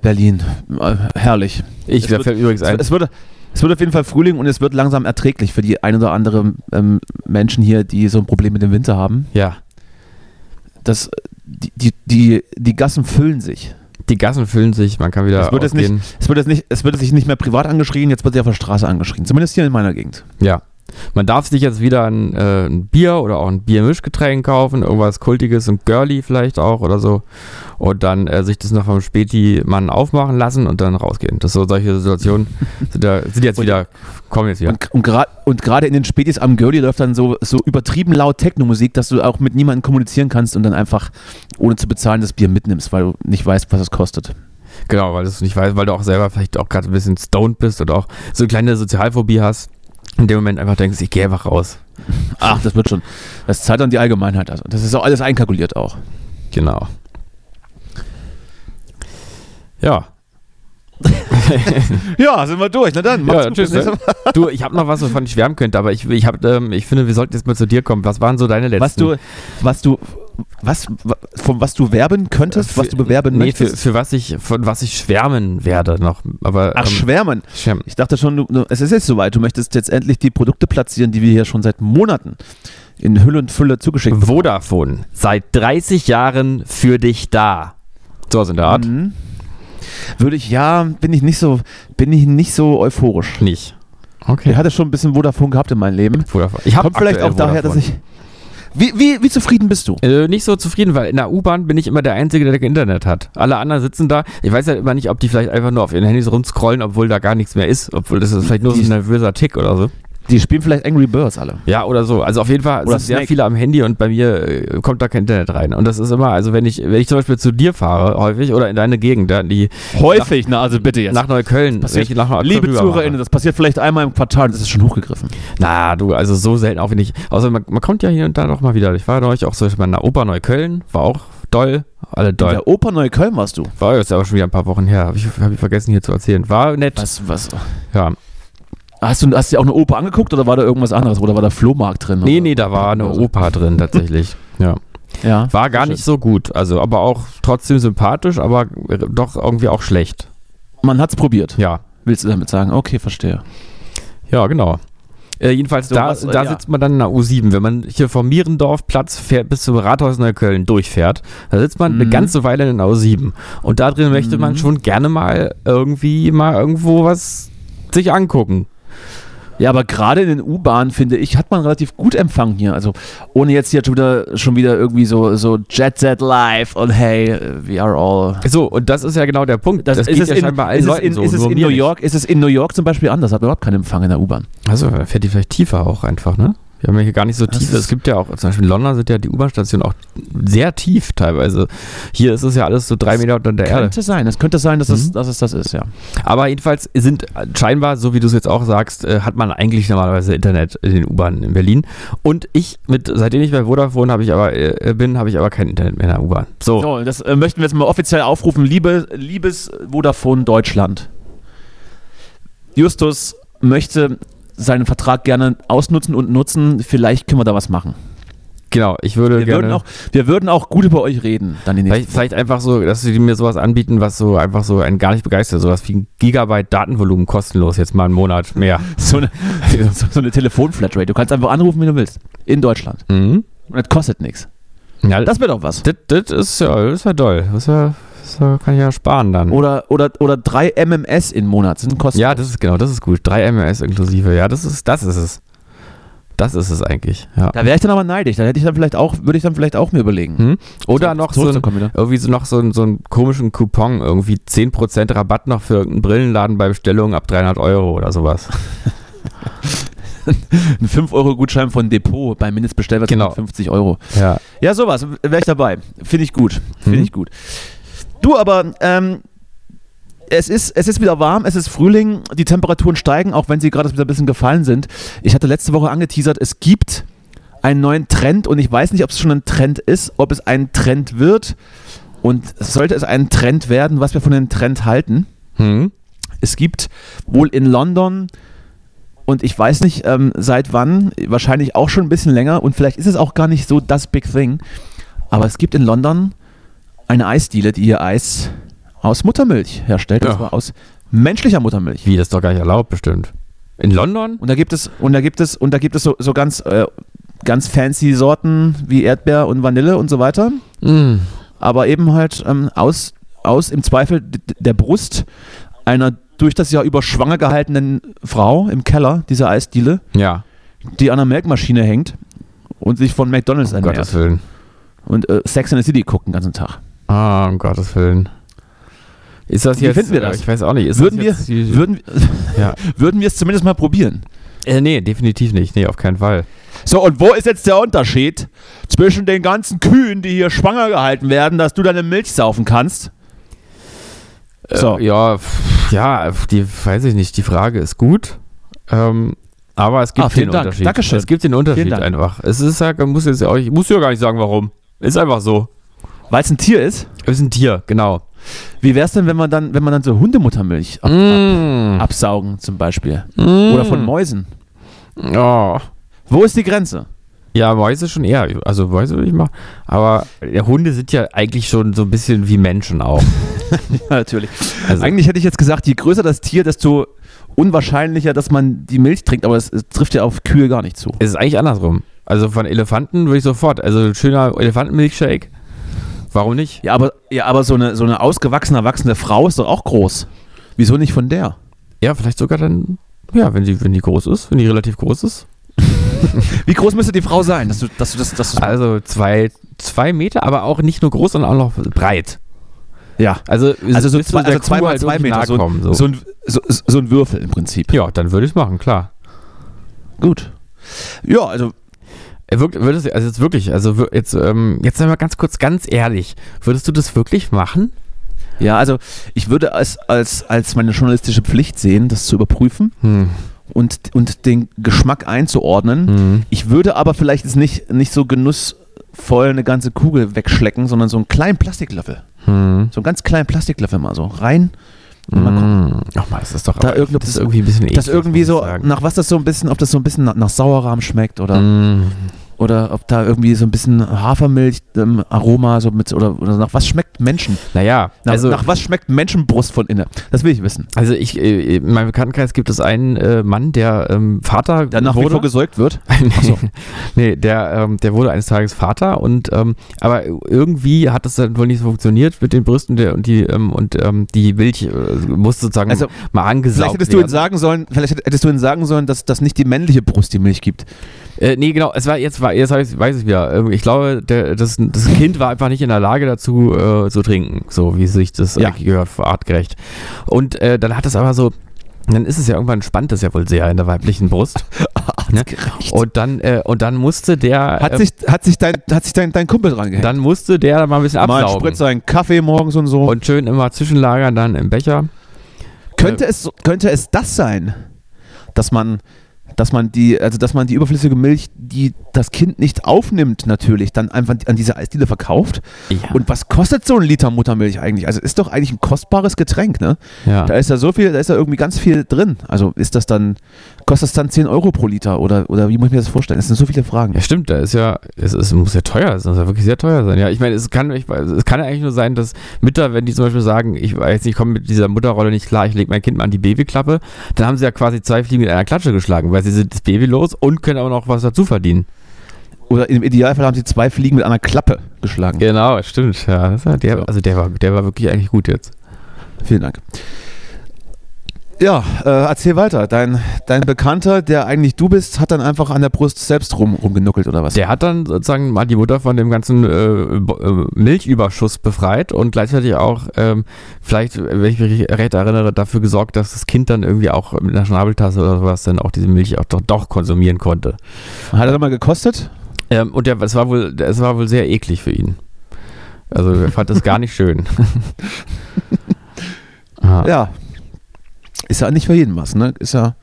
Speaker 3: Berlin. Äh, herrlich.
Speaker 4: Ich,
Speaker 3: Es
Speaker 4: da
Speaker 3: wird-
Speaker 4: fällt übrigens
Speaker 3: Es,
Speaker 4: ein,
Speaker 3: es, wird, es wird auf jeden Fall Frühling und es wird langsam erträglich für die ein oder andere ähm, Menschen hier, die so ein Problem mit dem Winter haben.
Speaker 4: ja.
Speaker 3: Das, äh, die, die, die, die Gassen füllen sich.
Speaker 4: Die Gassen füllen sich, man kann wieder
Speaker 3: Das wird jetzt nicht- Es wird, jetzt nicht, es wird sich nicht mehr privat angeschrien, jetzt wird sie auf der Straße angeschrien. Zumindest hier in meiner Gegend.
Speaker 4: Ja. Man darf sich jetzt wieder ein, äh, ein Bier oder auch ein Biermischgetränk kaufen, irgendwas Kultiges und Girly vielleicht auch oder so. Und dann äh, sich das noch vom Späti-Mann aufmachen lassen und dann rausgehen. Das so
Speaker 3: (laughs)
Speaker 4: solche Situationen sind, da, sind jetzt
Speaker 3: Und-
Speaker 4: wieder, kommen jetzt wieder.
Speaker 3: Und, und, grad, und gerade in den Spätis am Girlie läuft dann so, so übertrieben laut Techno-Musik, dass du auch mit niemandem kommunizieren kannst und dann einfach ohne zu bezahlen das Bier mitnimmst, weil du nicht weißt, was es kostet.
Speaker 4: Genau, weil du es nicht weißt, weil du auch selber vielleicht auch gerade ein bisschen stoned bist oder auch so eine kleine Sozialphobie hast. In dem Moment einfach denkst, ich gehe einfach raus.
Speaker 3: Ach, das wird schon. Das zahlt dann die Allgemeinheit. Also. Das ist auch alles einkalkuliert auch.
Speaker 4: Genau. Ja.
Speaker 3: Ja, sind wir durch. Na dann,
Speaker 4: Ja, tschüss. Ne? Du, ich habe noch was, wovon ich schwärmen könnte, aber ich, ich, hab, ähm, ich finde, wir sollten jetzt mal zu dir kommen. Was waren so deine letzten?
Speaker 3: Was du, was du, was, wa- von was du werben könntest, was du bewerben
Speaker 4: nee, für,
Speaker 3: möchtest.
Speaker 4: für was ich, von was ich schwärmen werde noch. Aber, ähm,
Speaker 3: Ach, schwärmen.
Speaker 4: schwärmen.
Speaker 3: Ich dachte schon, du, du, es ist jetzt soweit. Du möchtest jetzt endlich die Produkte platzieren, die wir hier schon seit Monaten in Hülle und Fülle zugeschickt bekommen.
Speaker 4: Vodafone, seit 30 Jahren für dich da. So in der Art?
Speaker 3: Hm. Mhm. Würde ich, ja, bin ich nicht so, bin ich nicht so euphorisch.
Speaker 4: Nicht. Okay.
Speaker 3: Ich hatte schon ein bisschen Vodafone gehabt in meinem Leben.
Speaker 4: Vodafone. Ich hab
Speaker 3: Kommt vielleicht
Speaker 4: aktuell
Speaker 3: auch daher, dass
Speaker 4: Vodafone.
Speaker 3: ich. Wie, wie, wie zufrieden bist du?
Speaker 4: Äh, nicht so zufrieden, weil in der U-Bahn bin ich immer der Einzige, der kein Internet hat. Alle anderen sitzen da. Ich weiß ja immer nicht, ob die vielleicht einfach nur auf ihren Handys rumscrollen, obwohl da gar nichts mehr ist. Obwohl das ist vielleicht nur so ein
Speaker 3: Die-
Speaker 4: nervöser Tick oder so.
Speaker 3: Die spielen vielleicht Angry Birds alle.
Speaker 4: Ja, oder so. Also auf jeden Fall
Speaker 3: Oder
Speaker 4: sind sehr
Speaker 3: Snake.
Speaker 4: viele am Handy und bei mir äh, kommt da kein Internet rein. Und das ist immer, also wenn ich, wenn ich zum Beispiel zu dir fahre, häufig, oder in deine Gegend, da in die
Speaker 3: Häufig, na also bitte jetzt.
Speaker 4: nach Neukölln,
Speaker 3: passiert,
Speaker 4: wenn ich nach Neukölln
Speaker 3: liebe
Speaker 4: rüber
Speaker 3: ZuhörerInnen,
Speaker 4: mache.
Speaker 3: das passiert vielleicht einmal im Quartal, das ist schon hochgegriffen.
Speaker 4: Na, du, also so selten auch nicht. Außer man, man kommt ja hier und da doch mal wieder. Ich war neulich auch so in meiner Oper Neukölln, war auch doll, alle
Speaker 3: In
Speaker 4: doll.
Speaker 3: der Oper Neukölln warst du.
Speaker 4: War jetzt aber schon wieder ein paar Wochen her. Habe ich, hab ich vergessen hier zu erzählen. War nett.
Speaker 3: Was, was?
Speaker 4: Ja.
Speaker 3: Hast du, hast du dir auch eine Oper angeguckt oder war da irgendwas anderes? Oder war da Flohmarkt drin?
Speaker 4: Nee,
Speaker 3: oder?
Speaker 4: nee, da war eine
Speaker 3: Also,
Speaker 4: Oper drin
Speaker 3: (laughs)
Speaker 4: tatsächlich. Ja.
Speaker 3: Ja.
Speaker 4: War gar
Speaker 3: Schön.
Speaker 4: nicht so gut. Also, aber auch trotzdem sympathisch, aber doch irgendwie auch schlecht.
Speaker 3: Man hat's probiert.
Speaker 4: Ja.
Speaker 3: Willst du damit sagen? Okay, verstehe.
Speaker 4: Ja, genau. Äh, jedenfalls,
Speaker 3: So
Speaker 4: da,
Speaker 3: was, äh,
Speaker 4: da
Speaker 3: ja.
Speaker 4: sitzt man dann in der U7. Wenn man hier vom Mierendorfplatz fährt, bis zum Rathaus Neukölln durchfährt, da sitzt man eine
Speaker 3: Mhm.
Speaker 4: ganze Weile in der U7. Und da drin möchte man schon gerne mal irgendwie mal irgendwo was sich angucken.
Speaker 3: Ja, aber gerade in den U-Bahnen, finde ich, hat man relativ gut Empfang hier. Also ohne jetzt hier schon wieder, schon wieder irgendwie so, so Jet Set Live und hey, we are all.
Speaker 4: So, und das ist ja genau der Punkt. geht ja scheinbar allen
Speaker 3: ist es
Speaker 4: Leuten
Speaker 3: in,
Speaker 4: so.
Speaker 3: ist es
Speaker 4: nur
Speaker 3: in
Speaker 4: mir
Speaker 3: New
Speaker 4: nicht.
Speaker 3: York, ist es in New York zum Beispiel anders, hat überhaupt keinen Empfang in der U-Bahn.
Speaker 4: Also, da fährt die vielleicht tiefer auch einfach, ne? Wir haben ja hier gar nicht so
Speaker 3: Das
Speaker 4: tief.
Speaker 3: ist-
Speaker 4: Es gibt ja auch, zum Beispiel in London sind ja die U-Bahn-Stationen auch sehr tief teilweise. Hier ist es ja alles so drei
Speaker 3: Das
Speaker 4: Meter unter der Erde.
Speaker 3: Könnte sein, es könnte sein, dass, es,
Speaker 4: Mhm.
Speaker 3: dass es das ist, ja.
Speaker 4: Aber jedenfalls sind äh, scheinbar, so wie du es jetzt auch sagst, äh, hat man eigentlich normalerweise Internet in den U-Bahnen in Berlin. Und ich, mit, seitdem ich bei Vodafone habe ich aber, äh, bin, habe ich aber kein Internet mehr in der U-Bahn. So.
Speaker 3: So, das äh, möchten wir jetzt mal offiziell aufrufen. Liebe, liebes Vodafone Deutschland. Justus möchte seinen Vertrag gerne ausnutzen und nutzen. Vielleicht können wir da was machen.
Speaker 4: Genau, ich würde
Speaker 3: Wir,
Speaker 4: gerne.
Speaker 3: würden auch, wir würden auch gut über euch reden. Dann die nächsten
Speaker 4: Vielleicht, vielleicht einfach so, dass sie mir sowas anbieten, was so einfach so einen gar nicht begeistert. Sowas wie ein Gigabyte Datenvolumen kostenlos, jetzt mal einen
Speaker 3: (laughs)
Speaker 4: Monat mehr.
Speaker 3: so eine, so, so eine Telefonflatrate. Du kannst einfach anrufen, wie du willst. In Deutschland.
Speaker 4: Mhm.
Speaker 3: Und das kostet nichts.
Speaker 4: Ja, das,
Speaker 3: Das wäre doch was.
Speaker 4: das, das ist ja, das ist ja toll. Das, ist ja, das kann ich ja sparen dann.
Speaker 3: Oder, oder, oder drei MMS im Monat sind kostenlos.
Speaker 4: ja, das ist genau, das ist gut. 3 MRS inklusive. Ja, das ist, das ist es. Das ist es eigentlich. Ja.
Speaker 3: Da wäre ich dann aber neidisch. Da hätte ich dann vielleicht auch, würde ich dann vielleicht auch mir überlegen.
Speaker 4: Hm? Oder
Speaker 3: Zurück-
Speaker 4: noch so ein,
Speaker 3: zurückzukommen
Speaker 4: (laughs)
Speaker 3: wieder.
Speaker 4: irgendwie so noch so einen, so einen komischen Coupon, irgendwie 10% Rabatt noch für irgendeinen Brillenladen bei Bestellungen ab 300 Euro oder sowas.
Speaker 3: Ein 5-Euro-Gutschein von Depot bei Mindestbestellwert
Speaker 4: Genau.
Speaker 3: 50 Euro.
Speaker 4: Ja.
Speaker 3: Ja, sowas wäre ich dabei. Finde ich gut. Finde
Speaker 4: Mhm.
Speaker 3: ich gut. Du, aber ähm, es, ist, es ist wieder warm, es ist Frühling, die Temperaturen steigen, auch wenn sie gerade wieder ein bisschen gefallen sind. Ich hatte letzte Woche angeteasert, es gibt einen neuen Trend und ich weiß nicht, ob es schon ein Trend ist, ob es ein Trend wird. Und sollte es ein Trend werden, was wir von dem Trend halten.
Speaker 4: Hm?
Speaker 3: Es gibt wohl in London und ich weiß nicht ähm, seit wann, wahrscheinlich auch schon ein bisschen länger und vielleicht ist es auch gar nicht so das Big Thing, aber es gibt in London eine Eisdiele, die ihr Eis aus Muttermilch herstellt,
Speaker 4: Ja.
Speaker 3: und zwar aus menschlicher Muttermilch.
Speaker 4: Wie, das ist doch gar nicht erlaubt bestimmt. In London?
Speaker 3: Und da gibt es und da gibt es und da gibt es so, so ganz äh, ganz fancy Sorten wie Erdbeer und Vanille und so weiter, Hm.
Speaker 4: Mhm.
Speaker 3: aber eben halt ähm, aus aus im Zweifel d- d- der Brust einer durch das Jahr über schwanger gehaltenen Frau im Keller dieser Eisdiele
Speaker 4: Ja, um
Speaker 3: die an einer Melkmaschine hängt und sich von McDonalds
Speaker 4: um
Speaker 3: ernährt
Speaker 4: Gottes Willen.
Speaker 3: und äh, Sex in the City guckt den ganzen Tag.
Speaker 4: Ah, um Gottes Willen. Ist das
Speaker 3: Wie
Speaker 4: jetzt, äh,
Speaker 3: finden wir das?
Speaker 4: Ich weiß auch nicht. Ist
Speaker 3: Würden
Speaker 4: das
Speaker 3: wir,
Speaker 4: jetzt die,
Speaker 3: würden,
Speaker 4: Ja.
Speaker 3: würden wir es zumindest mal probieren.
Speaker 4: äh, nee, definitiv nicht. Nee, auf keinen Fall.
Speaker 3: So, und wo ist jetzt der Unterschied zwischen den ganzen Kühen, die hier schwanger gehalten werden, dass du deine Milch saufen kannst? So.
Speaker 4: Äh, ja, pff, ja, pff, die weiß ich nicht. Die Frage ist gut. Ähm, aber es gibt
Speaker 3: Ah, vielen
Speaker 4: den
Speaker 3: Dank.
Speaker 4: Unterschied.
Speaker 3: Dankeschön.
Speaker 4: Es gibt den Unterschied
Speaker 3: Dank.
Speaker 4: einfach. Es ist ja, muss jetzt auch, ich muss ja gar nicht sagen, warum. Ist einfach so.
Speaker 3: Weil es ein Tier ist?
Speaker 4: Es ist ein Tier, genau.
Speaker 3: Wie wär's denn, wenn man dann, wenn man dann so Hundemuttermilch ab, Mhm.
Speaker 4: Mm,
Speaker 3: absaugen zum Beispiel?
Speaker 4: mm.
Speaker 3: Oder von Mäusen?
Speaker 4: Oh.
Speaker 3: Wo ist die Grenze?
Speaker 4: Ja, Mäuse schon eher. Also Mäuse würde ich machen. Aber ja, Hunde sind ja eigentlich schon so ein bisschen wie
Speaker 3: (laughs)
Speaker 4: Menschen auch.
Speaker 3: Ja, (laughs) natürlich.
Speaker 4: Also-
Speaker 3: Eigentlich hätte ich jetzt gesagt, je größer das Tier, desto unwahrscheinlicher, dass man die Milch trinkt, aber es, es trifft ja auf Kühe gar nicht zu.
Speaker 4: Es ist eigentlich andersrum. Also von Elefanten würde ich sofort. Also ein schöner Elefantenmilchshake. Warum nicht?
Speaker 3: Ja, aber, ja, aber so, eine, so eine ausgewachsene, erwachsene Frau ist doch auch groß. Wieso nicht von der?
Speaker 4: Ja, vielleicht sogar dann Ja, wenn die, wenn die groß ist, wenn die relativ groß ist.
Speaker 3: Wie groß müsste die Frau sein, dass du, dass du das, dass du,
Speaker 4: Also zwei, zwei Meter, aber auch nicht nur groß, sondern auch noch breit.
Speaker 3: ja.
Speaker 4: Also,
Speaker 3: Also so
Speaker 4: bis du
Speaker 3: zwei,
Speaker 4: der
Speaker 3: also
Speaker 4: Kuh
Speaker 3: zwei mal
Speaker 4: halt
Speaker 3: zwei
Speaker 4: irgendwie
Speaker 3: Meter,
Speaker 4: nahe
Speaker 3: so,
Speaker 4: kommen,
Speaker 3: so. ein, so, so ein Würfel im Prinzip.
Speaker 4: Ja, dann würde ich machen, klar.
Speaker 3: Gut. Ja, also
Speaker 4: Äh, Wirkt, würdest, du- also jetzt wirklich, also wir- jetzt, ähm, jetzt sind wir ganz kurz ganz ehrlich. Würdest du das wirklich machen?
Speaker 3: Ja, also ich würde als, als, als meine journalistische Pflicht sehen, das zu überprüfen
Speaker 4: Hm.
Speaker 3: und, und den Geschmack einzuordnen.
Speaker 4: Mhm.
Speaker 3: Ich würde aber vielleicht jetzt nicht, nicht so genussvoll eine ganze Kugel wegschlecken, sondern so einen kleinen Plastiklöffel.
Speaker 4: Hm.
Speaker 3: So einen ganz kleinen Plastiklöffel mal so rein. Und mal gucken,
Speaker 4: Mhm. Ach mal, das ist doch
Speaker 3: Da
Speaker 4: aber-
Speaker 3: irgendwo-
Speaker 4: das ist irgendwie ein bisschen
Speaker 3: dass
Speaker 4: eklig, muss
Speaker 3: irgendwie
Speaker 4: ich
Speaker 3: so,
Speaker 4: sagen.
Speaker 3: nach was das so ein bisschen, ob das so ein bisschen nach, nach Sauerrahm schmeckt oder,
Speaker 4: Mhm.
Speaker 3: oder ob da irgendwie so ein bisschen Hafermilch, ähm, Aroma, so mit, oder, oder nach was schmeckt Menschen?
Speaker 4: Naja,
Speaker 3: Nach,
Speaker 4: also,
Speaker 3: nach was schmeckt Menschenbrust von innen? Das will ich wissen.
Speaker 4: also ich, äh, in meinem Bekanntenkreis gibt es einen äh, Mann, der ähm, Vater
Speaker 3: Dann nach wie
Speaker 4: wurde.
Speaker 3: vor gesäugt wird.
Speaker 4: (laughs) nee, nee der, ähm, der wurde eines Tages Vater und ähm, aber irgendwie hat das dann wohl nicht so funktioniert mit den Brüsten der, und die ähm, und ähm, die Milch äh, musste sozusagen
Speaker 3: Also,
Speaker 4: mal
Speaker 3: Vielleicht
Speaker 4: angesaugt
Speaker 3: hättest, du ihn
Speaker 4: werden.
Speaker 3: sagen sollen, vielleicht hättest du ihnen sagen sollen, dass das nicht die männliche Brust die Milch gibt.
Speaker 4: Äh, nee, genau, es war jetzt war jetzt weiß ich, weiß ich wieder. Ähm, Ich glaube, der, das, das Kind war einfach nicht in der Lage dazu äh, zu trinken, so wie sich das
Speaker 3: Ja.
Speaker 4: eigentlich gehört, artgerecht. Und äh, dann hat es aber so dann ist es ja irgendwann spannt es ja wohl sehr in der
Speaker 3: (laughs)
Speaker 4: weiblichen Brust ne? und dann äh, und dann musste der
Speaker 3: Hat
Speaker 4: ähm,
Speaker 3: sich, hat sich, dein, hat sich dein, dein Kumpel dran gehängt.
Speaker 4: dann musste der mal ein bisschen
Speaker 3: Mal einen
Speaker 4: absaugen.
Speaker 3: Spritzer, einen Kaffee morgens und so.
Speaker 4: Und äh, schön immer zwischenlagern, dann im Becher.
Speaker 3: könnte, es, könnte es das sein, dass man, dass man die, also dass man die überflüssige Milch, die das Kind nicht aufnimmt, natürlich, dann einfach an diese Eisdiele verkauft?
Speaker 4: Ja.
Speaker 3: Und was kostet so ein Liter Muttermilch eigentlich? Also ist doch eigentlich ein kostbares Getränk, ne?
Speaker 4: ja.
Speaker 3: Da ist ja so viel, da ist ja irgendwie ganz viel drin. Also ist das dann, kostet das dann 10 Euro pro Liter oder, oder wie muss ich mir das vorstellen? Es sind so viele Fragen.
Speaker 4: ja, stimmt, da ist ja, es, es muss ja teuer sein, es muss ja wirklich sehr teuer sein. Ja, ich meine, es kann, ich, weiß- es kann ja eigentlich nur sein, dass Mütter, wenn die zum Beispiel sagen, ich weiß nicht, ich komme mit dieser Mutterrolle nicht klar, ich lege mein Kind mal an die Babyklappe, dann haben sie ja quasi zwei Fliegen mit einer Klatsche geschlagen, weil sie sind das Baby los und können auch noch was dazu verdienen.
Speaker 3: Oder im Idealfall haben sie zwei Fliegen mit einer Klappe geschlagen.
Speaker 4: Genau, stimmt. Ja, das war der, also der war, der war wirklich eigentlich gut jetzt.
Speaker 3: Vielen Dank. Ja, äh, erzähl weiter. Dein, dein Bekannter, der eigentlich du bist, hat dann einfach an der Brust selbst rum, rumgenuckelt oder was?
Speaker 4: Der hat dann sozusagen mal die Mutter von dem ganzen äh, Bo- äh, Milchüberschuss befreit und gleichzeitig auch ähm, vielleicht, wenn ich mich recht erinnere, dafür gesorgt, dass das Kind dann irgendwie auch mit einer Schnabeltasse oder sowas dann auch diese Milch auch doch, doch konsumieren konnte.
Speaker 3: Hat er dann mal gekostet?
Speaker 4: Ähm, und der, es, war wohl, es war wohl sehr eklig für ihn. Also er fand das gar nicht
Speaker 3: (laughs)
Speaker 4: schön. (laughs) Ah.
Speaker 3: Ja. Ist ja nicht für jeden was, ne? Ist ja,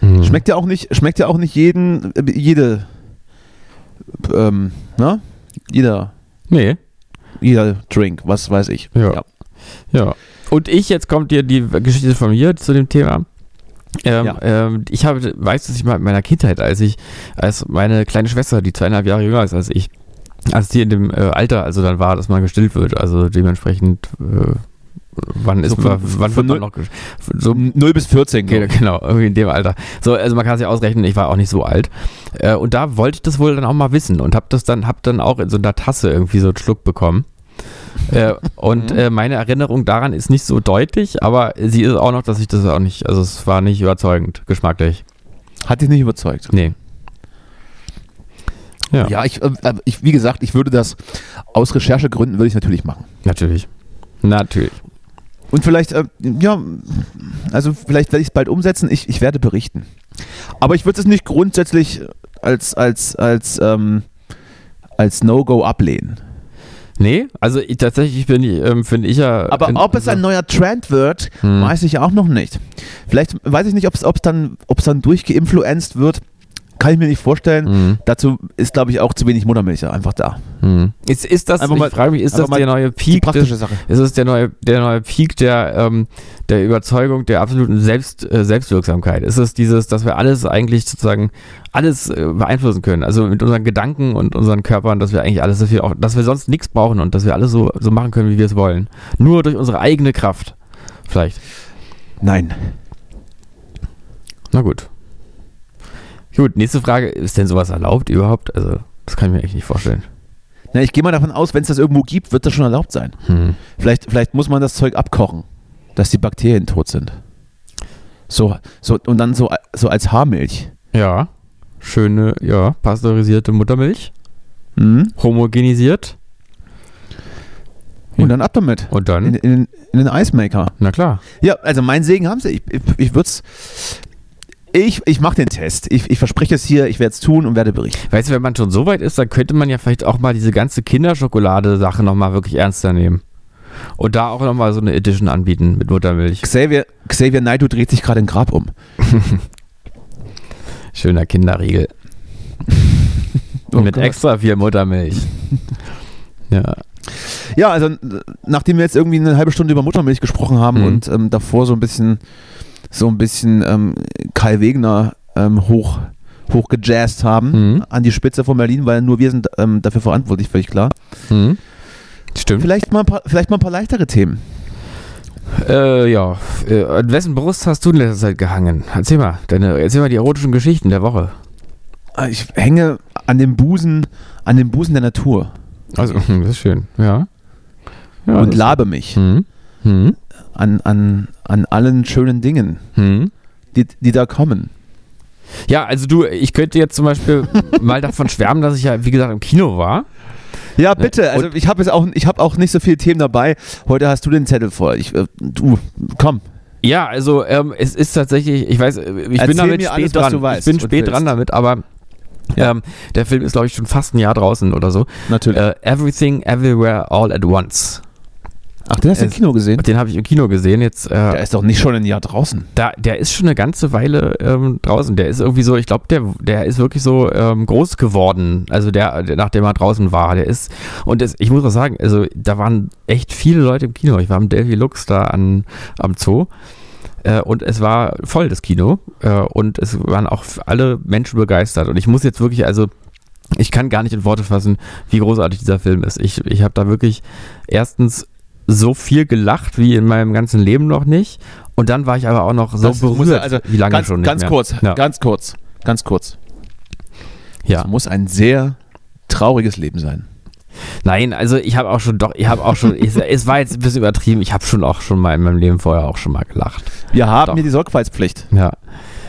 Speaker 4: Mhm.
Speaker 3: schmeckt ja auch nicht, schmeckt ja auch nicht jeden, äh, jede, ähm, ne? Jeder,
Speaker 4: Nee.
Speaker 3: jeder Drink, was weiß ich.
Speaker 4: Ja. Ja. Und ich, jetzt kommt dir die Geschichte von mir zu dem Thema. Ähm,
Speaker 3: Ja.
Speaker 4: ähm, ich habe, weiß dass ich mal in meiner Kindheit, als ich, als meine kleine Schwester, die zweieinhalb Jahre jünger ist als ich, als die in dem äh, Alter, also dann war, dass man gestillt wird, also dementsprechend, äh, wann ist
Speaker 3: So
Speaker 4: man,
Speaker 3: von-
Speaker 4: wann
Speaker 3: von
Speaker 4: wird man
Speaker 3: null-
Speaker 4: noch, ges- so
Speaker 3: 0 bis 14.
Speaker 4: Mhm. Okay, genau, irgendwie in dem Alter. So, also man kann sich ausrechnen, ich war auch nicht so alt. Äh, und da wollte ich das wohl dann auch mal wissen und habe das dann, hab dann auch in so einer Tasse irgendwie so einen Schluck bekommen. (laughs) Äh, und äh, meine Erinnerung daran ist nicht so deutlich, aber sie ist auch noch, dass ich das auch nicht, also es war nicht überzeugend, geschmacklich.
Speaker 3: Hat dich nicht überzeugt.
Speaker 4: Nee. Ja,
Speaker 3: Ja, ich, äh, äh, ich, wie gesagt, ich würde das aus Recherchegründen würde ich natürlich machen.
Speaker 4: natürlich. Natürlich.
Speaker 3: Und vielleicht, äh, ja, also vielleicht werde ich es bald umsetzen. Ich, ich werde berichten. Aber ich würde es nicht grundsätzlich als, als, als, ähm, als No-Go ablehnen.
Speaker 4: Nee, also ich, tatsächlich bin ich, ähm, finde ich ja.
Speaker 3: Aber
Speaker 4: in-
Speaker 3: ob es ein neuer Trend wird,
Speaker 4: also- Hm.
Speaker 3: weiß ich ja auch noch nicht. Vielleicht weiß ich nicht, ob es ob es dann, ob es dann durchgeinfluenzt wird. Kann ich mir nicht vorstellen.
Speaker 4: Mhm.
Speaker 3: Dazu ist, glaube ich, auch zu wenig Muttermilch einfach da.
Speaker 4: Mhm. Ist, ist das,
Speaker 3: Einfach
Speaker 4: ich
Speaker 3: mal-
Speaker 4: frage mich, ist
Speaker 3: einfach
Speaker 4: das
Speaker 3: mal
Speaker 4: der neue
Speaker 3: Die
Speaker 4: Peak des,
Speaker 3: praktische Sache.
Speaker 4: Es ist der neue, der neue Peak der, ähm, der Überzeugung, der absoluten Selbst, äh, Selbstwirksamkeit. Es ist dieses, dass wir alles eigentlich sozusagen alles äh, beeinflussen können. Also mit unseren Gedanken und unseren Körpern, dass wir eigentlich alles, dass wir auch, dass wir sonst nichts brauchen und dass wir alles so, so machen können, wie wir es wollen. Nur durch unsere eigene Kraft. Vielleicht.
Speaker 3: Nein.
Speaker 4: Na gut. Gut, nächste Frage. Ist denn sowas erlaubt überhaupt? Also, das kann ich mir echt nicht vorstellen.
Speaker 3: Na, ich gehe mal davon aus, wenn es das irgendwo gibt, wird das schon erlaubt sein.
Speaker 4: Hm.
Speaker 3: Vielleicht, vielleicht muss man das Zeug abkochen, dass die Bakterien tot sind. So, so, und dann so, so als Haarmilch.
Speaker 4: Ja. Schöne, ja, pasteurisierte Muttermilch.
Speaker 3: Mhm.
Speaker 4: Homogenisiert.
Speaker 3: Und dann ab damit.
Speaker 4: Und
Speaker 3: In,
Speaker 4: dann,
Speaker 3: in, den- in den Eismaker.
Speaker 4: na klar.
Speaker 3: Ja, also meinen Segen haben sie. Ich, ich, ich würde es. Ich, ich mache den Test. Ich, ich verspreche es hier, ich werde es tun und werde berichten.
Speaker 4: Weißt du, wenn man schon so weit ist, dann könnte man ja vielleicht auch mal diese ganze Kinderschokolade-Sache nochmal wirklich ernster nehmen. Und da auch nochmal so eine Edition anbieten mit Muttermilch.
Speaker 3: Xavier, Xavier Naidoo dreht sich gerade im Grab um.
Speaker 4: Schöner (laughs) Kinderriegel.
Speaker 3: Oh
Speaker 4: mit
Speaker 3: Gott.
Speaker 4: extra viel (laughs) Muttermilch. ja.
Speaker 3: Ja, also äh, nachdem wir jetzt irgendwie eine halbe Stunde über Muttermilch gesprochen haben
Speaker 4: Mhm.
Speaker 3: und ähm, davor so ein bisschen so ein bisschen ähm, Kai Wegner ähm, hoch hochgejazzt haben
Speaker 4: Mhm.
Speaker 3: an die Spitze von Berlin, weil nur wir sind ähm, dafür verantwortlich, völlig klar.
Speaker 4: Mhm. Stimmt.
Speaker 3: Vielleicht mal ein paar, vielleicht mal ein paar leichtere Themen.
Speaker 4: Äh, ja. Äh, an wessen Brust hast du in letzter Zeit gehangen? Erzähl mal, deine, erzähl mal die erotischen Geschichten der Woche.
Speaker 3: Äh, Ich hänge an dem Busen, an dem Busen der Natur
Speaker 4: Also, das ist schön. Ja. ja
Speaker 3: und
Speaker 4: das-
Speaker 3: labe mich
Speaker 4: Mhm. Mhm.
Speaker 3: an, an, an allen schönen Dingen,
Speaker 4: Mhm.
Speaker 3: die, die da kommen.
Speaker 4: Ja, also du, ich könnte jetzt
Speaker 3: (laughs)
Speaker 4: zum Beispiel mal davon schwärmen, dass ich ja, wie gesagt, im Kino war.
Speaker 3: Ja, bitte. Also ich habe jetzt auch, ich habe auch nicht so viele Themen dabei. Heute hast du den Zettel voll. Ich, äh, du, komm.
Speaker 4: Ja, also ähm, es ist tatsächlich, ich weiß, äh, ich
Speaker 3: Erzähl
Speaker 4: bin damit
Speaker 3: mir
Speaker 4: spät
Speaker 3: alles, was
Speaker 4: dran.
Speaker 3: du weißt
Speaker 4: ich bin
Speaker 3: und
Speaker 4: spät dran
Speaker 3: willst.
Speaker 4: damit, aber ähm, der Film ist, glaube ich, schon fast ein Jahr draußen oder so.
Speaker 3: Natürlich.
Speaker 4: Äh, Everything, Everywhere, All at Once.
Speaker 3: Ach, den hast du im
Speaker 4: es-
Speaker 3: Kino gesehen?
Speaker 4: Den habe ich im Kino gesehen. Jetzt,
Speaker 3: Der
Speaker 4: äh,
Speaker 3: ist doch nicht schon ein Jahr draußen.
Speaker 4: da, der ist schon eine ganze Weile ähm, draußen. Der ist irgendwie so, ich glaube, der, der ist wirklich so ähm, groß geworden. Also der, der, nachdem er draußen war, der ist und das, ich muss auch sagen, also da waren echt viele Leute im Kino. Ich war im Delphi Lux da an, am Zoo. Äh, und es war voll, das Kino. Äh, und es waren auch alle Menschen begeistert. Und ich muss jetzt wirklich, also, ich kann gar nicht in Worte fassen, wie großartig dieser Film ist. Ich, ich habe da wirklich erstens so viel gelacht wie in meinem ganzen Leben noch nicht. Und dann war ich aber auch noch so
Speaker 3: Das muss
Speaker 4: berührt,
Speaker 3: er- also
Speaker 4: wie lange
Speaker 3: ganz
Speaker 4: schon nicht
Speaker 3: ganz
Speaker 4: mehr.
Speaker 3: kurz,
Speaker 4: Ja.
Speaker 3: ganz kurz, ganz kurz.
Speaker 4: Ja.
Speaker 3: Das muss ein sehr trauriges Leben sein.
Speaker 4: Nein, also ich habe auch schon, doch, ich habe auch schon, ich, es war jetzt ein bisschen übertrieben, ich habe schon auch schon mal in meinem Leben vorher auch schon mal gelacht.
Speaker 3: Wir haben
Speaker 4: Doch.
Speaker 3: hier die Sorgfaltspflicht.
Speaker 4: Ja,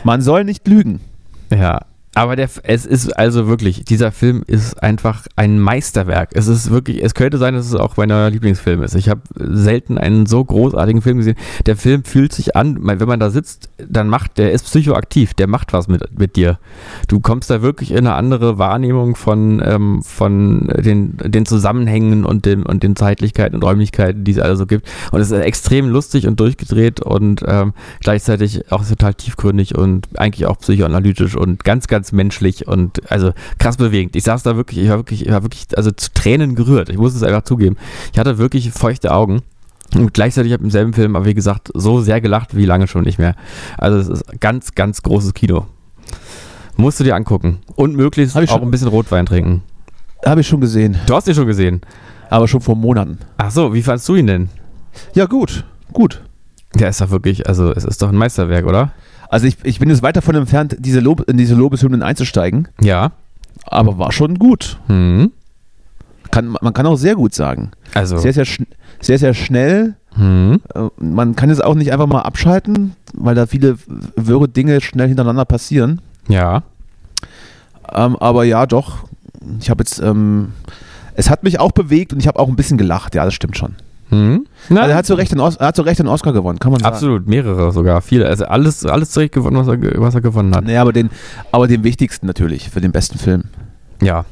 Speaker 3: Man soll nicht lügen.
Speaker 4: ja. Aber der, es ist also wirklich, dieser Film ist einfach ein Meisterwerk. Es ist wirklich, es könnte sein, dass es auch mein neuer Lieblingsfilm ist. Ich habe selten einen so großartigen Film gesehen. Der Film fühlt sich an, mein, wenn man da sitzt, dann macht, der ist psychoaktiv, der macht was mit, mit dir. Du kommst da wirklich in eine andere Wahrnehmung von, ähm, von den, den Zusammenhängen und, dem, und den Zeitlichkeiten und Räumlichkeiten, die es alle so gibt. Und es ist extrem lustig und durchgedreht und ähm, gleichzeitig auch total tiefgründig und eigentlich auch psychoanalytisch und ganz, ganz menschlich und also krass bewegend. Ich saß da wirklich, ich war wirklich, ich war wirklich, also zu Tränen gerührt. Ich muss es einfach zugeben. Ich hatte wirklich feuchte Augen. Und gleichzeitig habe ich im selben Film, aber wie gesagt, so sehr gelacht wie lange schon nicht mehr. Also es ist ganz, ganz großes Kino. Musst du dir angucken. Und möglichst
Speaker 3: Hab ich
Speaker 4: auch
Speaker 3: schon-
Speaker 4: ein bisschen Rotwein trinken.
Speaker 3: Habe ich schon gesehen,
Speaker 4: Du hast ihn schon gesehen.
Speaker 3: aber schon vor Monaten.
Speaker 4: Ach so, wie fandst du ihn denn?
Speaker 3: Ja, gut, gut.
Speaker 4: Der ist doch wirklich, also es ist doch ein Meisterwerk, oder?
Speaker 3: Also ich, ich bin jetzt weit davon entfernt, diese Lob, in diese Lobeshymnen einzusteigen,
Speaker 4: Ja.
Speaker 3: aber war schon gut.
Speaker 4: Hm.
Speaker 3: Kann, man kann auch sehr gut sagen.
Speaker 4: Also.
Speaker 3: Sehr, sehr, schn sehr, sehr schnell,
Speaker 4: Hm.
Speaker 3: Äh, Man kann es auch nicht einfach mal abschalten, weil da viele wirre Dinge schnell hintereinander passieren.
Speaker 4: Ja.
Speaker 3: Ähm, aber ja, doch. Ich habe jetzt. Ähm, es hat mich auch bewegt und ich habe auch ein bisschen gelacht. Ja, das stimmt schon.
Speaker 4: Hm. Na,
Speaker 3: Also er, hat zu Recht den Os er hat zu Recht den Oscar gewonnen, kann man sagen.
Speaker 4: absolut, mehrere sogar, viele. Also alles, alles zurecht gewonnen, was er, ge- was er gewonnen hat.
Speaker 3: Nee, aber den, aber den wichtigsten natürlich für den besten Film.
Speaker 4: Ja.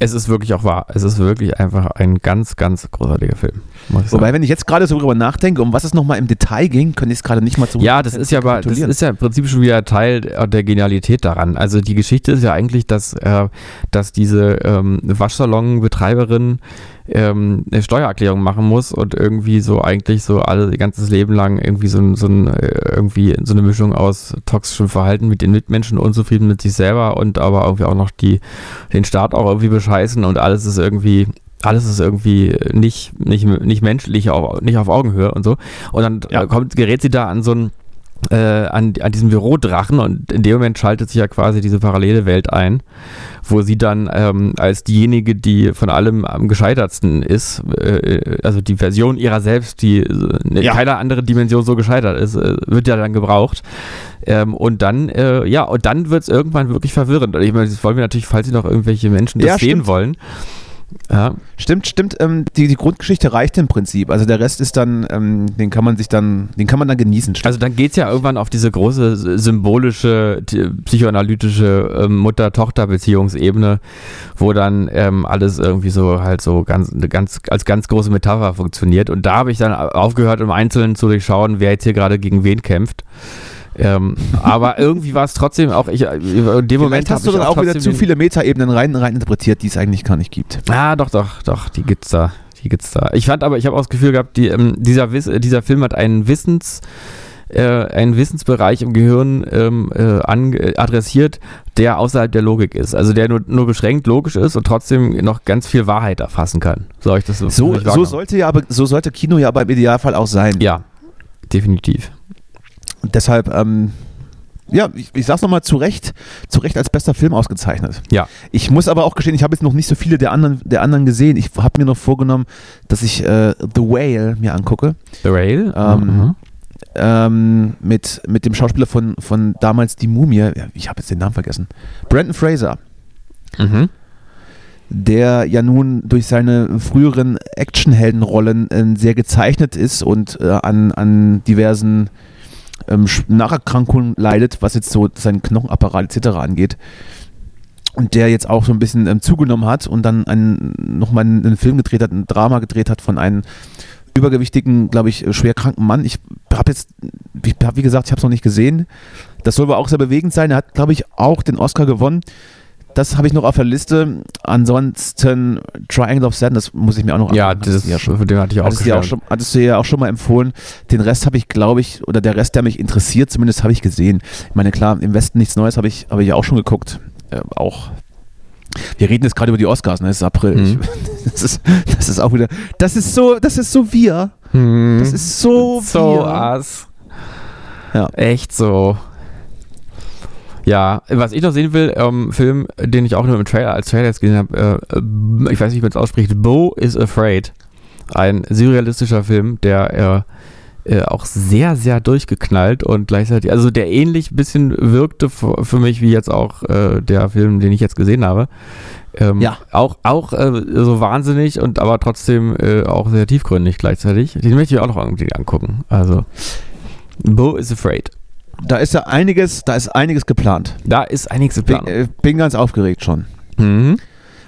Speaker 4: Es ist wirklich auch wahr. Es ist wirklich einfach ein ganz, ganz großartiger Film. Muss ich sagen.
Speaker 3: Wobei, wenn ich jetzt gerade so drüber nachdenke, um was es nochmal im Detail ging, könnte ich es gerade nicht mal zu.
Speaker 4: Ja, das ist ja aber, das
Speaker 3: kapitulieren.
Speaker 4: ist ja im Prinzip schon wieder Teil äh, der der Genialität daran. Also die Geschichte ist ja eigentlich, dass, äh, dass diese ähm, Waschsalon-Betreiberin ähm, eine Steuererklärung machen muss und irgendwie so eigentlich so alle ihr ganzes Leben lang irgendwie so, ein- so ein äh, irgendwie so eine Mischung aus toxischem Verhalten mit den Mitmenschen, unzufrieden mit sich selber und aber irgendwie auch noch die den Staat auch irgendwie bescheißen und alles ist irgendwie alles ist irgendwie nicht, nicht, nicht menschlich, auf, nicht auf Augenhöhe und so. Und dann
Speaker 3: Ja.
Speaker 4: äh, kommt, gerät sie da an so einen äh, an, an diesem Bürodrachen und in dem Moment schaltet sich ja quasi diese parallele Welt ein, wo sie dann ähm, als diejenige, die von allem am gescheitertsten ist, äh, also die Version ihrer selbst, die äh, in
Speaker 2: Ja.
Speaker 4: keiner anderen Dimension so gescheitert ist, äh, wird ja dann gebraucht. Ähm, und dann, äh, ja, und dann wird es irgendwann wirklich verwirrend. Und ich meine, das wollen wir natürlich, falls sie noch irgendwelche Menschen das
Speaker 3: Ja,
Speaker 4: sehen
Speaker 3: stimmt.
Speaker 4: wollen. Ja,
Speaker 3: Stimmt, stimmt. Ähm, die, die Grundgeschichte reicht im Prinzip. Also der Rest ist dann, ähm, den kann man sich dann, den kann man dann genießen. Stimmt.
Speaker 4: Also dann geht's ja irgendwann auf diese große s- symbolische, t- psychoanalytische ähm, Mutter-Tochter-Beziehungsebene, wo dann ähm, alles irgendwie so halt so ganz, eine ganz, als ganz große Metapher funktioniert. Und da habe ich dann au- aufgehört, im Einzelnen zu durchschauen, wer jetzt hier gerade gegen wen kämpft. Ähm, aber (laughs) irgendwie war es trotzdem auch, ich, äh, in dem Moment
Speaker 3: Vielleicht hast du
Speaker 4: hab ich
Speaker 3: dann auch wieder
Speaker 4: trotzdem
Speaker 3: zu
Speaker 4: den-
Speaker 3: viele Metaebenen rein, rein interpretiert, die es eigentlich gar nicht gibt.
Speaker 4: Ah, doch, doch, doch, die gibt's da. Die gibt's da. Ich fand aber, ich habe auch das Gefühl gehabt, die, ähm, dieser, Wiss, äh, dieser Film hat einen Wissens, äh, einen Wissensbereich im Gehirn ähm, äh, ange- äh, adressiert, der außerhalb der Logik ist. Also der nur, nur beschränkt logisch ist und trotzdem noch ganz viel Wahrheit erfassen kann. Soll ich das
Speaker 3: So,
Speaker 4: hab ich
Speaker 3: so
Speaker 4: wahrgenommen.
Speaker 3: sollte ja aber, so sollte Kino ja aber im Idealfall auch sein.
Speaker 4: Ja, definitiv.
Speaker 3: Und deshalb, ähm, ja, ich, ich sag's nochmal zu Recht, zu Recht als bester Film ausgezeichnet.
Speaker 4: Ja.
Speaker 3: Ich muss aber auch gestehen, ich habe jetzt noch nicht so viele der anderen, der anderen gesehen. Ich habe mir noch vorgenommen, dass ich äh, The Whale mir angucke.
Speaker 4: The Rail?
Speaker 3: Ähm,
Speaker 4: Mhm.
Speaker 3: Ähm, mit, mit dem Schauspieler von, von damals Die Mumie. Ja, ich habe jetzt den Namen vergessen. Brandon Fraser.
Speaker 4: mhm. Mhm.
Speaker 3: der ja nun durch seine früheren Actionheldenrollen äh, sehr gezeichnet ist und äh, an, an diversen ähm, Sch- Nacherkrankungen leidet, was jetzt so seinen Knochenapparat etc. angeht. Und der jetzt auch so ein bisschen ähm, zugenommen hat und dann einen, nochmal einen, einen Film gedreht hat, ein Drama gedreht hat von einem übergewichtigen, glaube ich, äh, schwer kranken Mann. Ich habe jetzt, ich hab, wie gesagt, ich habe es noch nicht gesehen. Das soll aber auch sehr bewegend sein. Er hat, glaube ich, auch den Oscar gewonnen. Das habe ich noch auf der Liste. Ansonsten Triangle of Sadness muss ich mir auch noch
Speaker 4: Ja,
Speaker 3: angucken.
Speaker 4: das,
Speaker 3: Hattest du Ah, ja schon.
Speaker 4: von dem hatte ich auch,
Speaker 3: Hattest du ja auch
Speaker 4: geschwärmt.
Speaker 3: schon, hattest du ja auch schon mal empfohlen. Den Rest habe ich, glaube ich, oder der Rest, der mich interessiert, zumindest habe ich gesehen. Ich meine, klar, im Westen nichts Neues habe ich, habe ich auch schon geguckt. Äh, auch. Wir reden jetzt gerade über die Oscars, ne? Es ist April.
Speaker 4: Mhm.
Speaker 3: Ich, (laughs) das, ist, das ist auch wieder. Das ist so, das ist so wir.
Speaker 4: Hm.
Speaker 3: Das ist so,
Speaker 4: So
Speaker 3: wir.
Speaker 4: ass.
Speaker 3: Ja.
Speaker 4: Echt so. Ja, was ich noch sehen will, ähm, Film, den ich auch nur im Trailer als Trailer jetzt gesehen habe, äh, äh, ich weiß nicht, wie man es ausspricht, Bo is Afraid. Ein surrealistischer Film, der äh, äh, auch sehr, sehr durchgeknallt und gleichzeitig, also der ähnlich ein bisschen wirkte f- für mich, wie jetzt auch äh, der Film, den ich jetzt gesehen habe. Ähm,
Speaker 3: Ja.
Speaker 4: Auch, auch äh, so wahnsinnig und aber trotzdem äh, auch sehr tiefgründig gleichzeitig. Den möchte ich auch noch irgendwie angucken. Also, Bo is Afraid.
Speaker 3: Da ist ja einiges, da ist einiges geplant.
Speaker 4: Da ist einiges im
Speaker 3: Bin,
Speaker 4: Plan.
Speaker 3: äh, bin ganz aufgeregt schon.
Speaker 4: Mhm.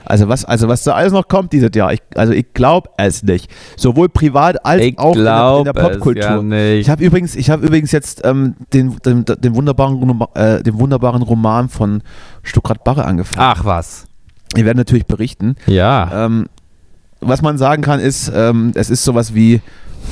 Speaker 3: Also was, also was da alles noch kommt dieses Jahr, ich, also ich glaube es nicht. Sowohl privat als
Speaker 4: Ich
Speaker 3: auch in der, in
Speaker 4: glaube
Speaker 3: der
Speaker 4: Popkultur.
Speaker 3: Popkultur.
Speaker 4: Ja
Speaker 3: Ich
Speaker 4: nicht.
Speaker 3: habe übrigens, ich habe übrigens jetzt ähm, den, den, den, wunderbaren, Roma- äh, den wunderbaren Roman von Stuckrad Barre angefangen.
Speaker 4: Ach was.
Speaker 3: Wir werden natürlich berichten.
Speaker 4: Ja.
Speaker 3: Ähm, was man sagen kann ist, ähm, es ist sowas wie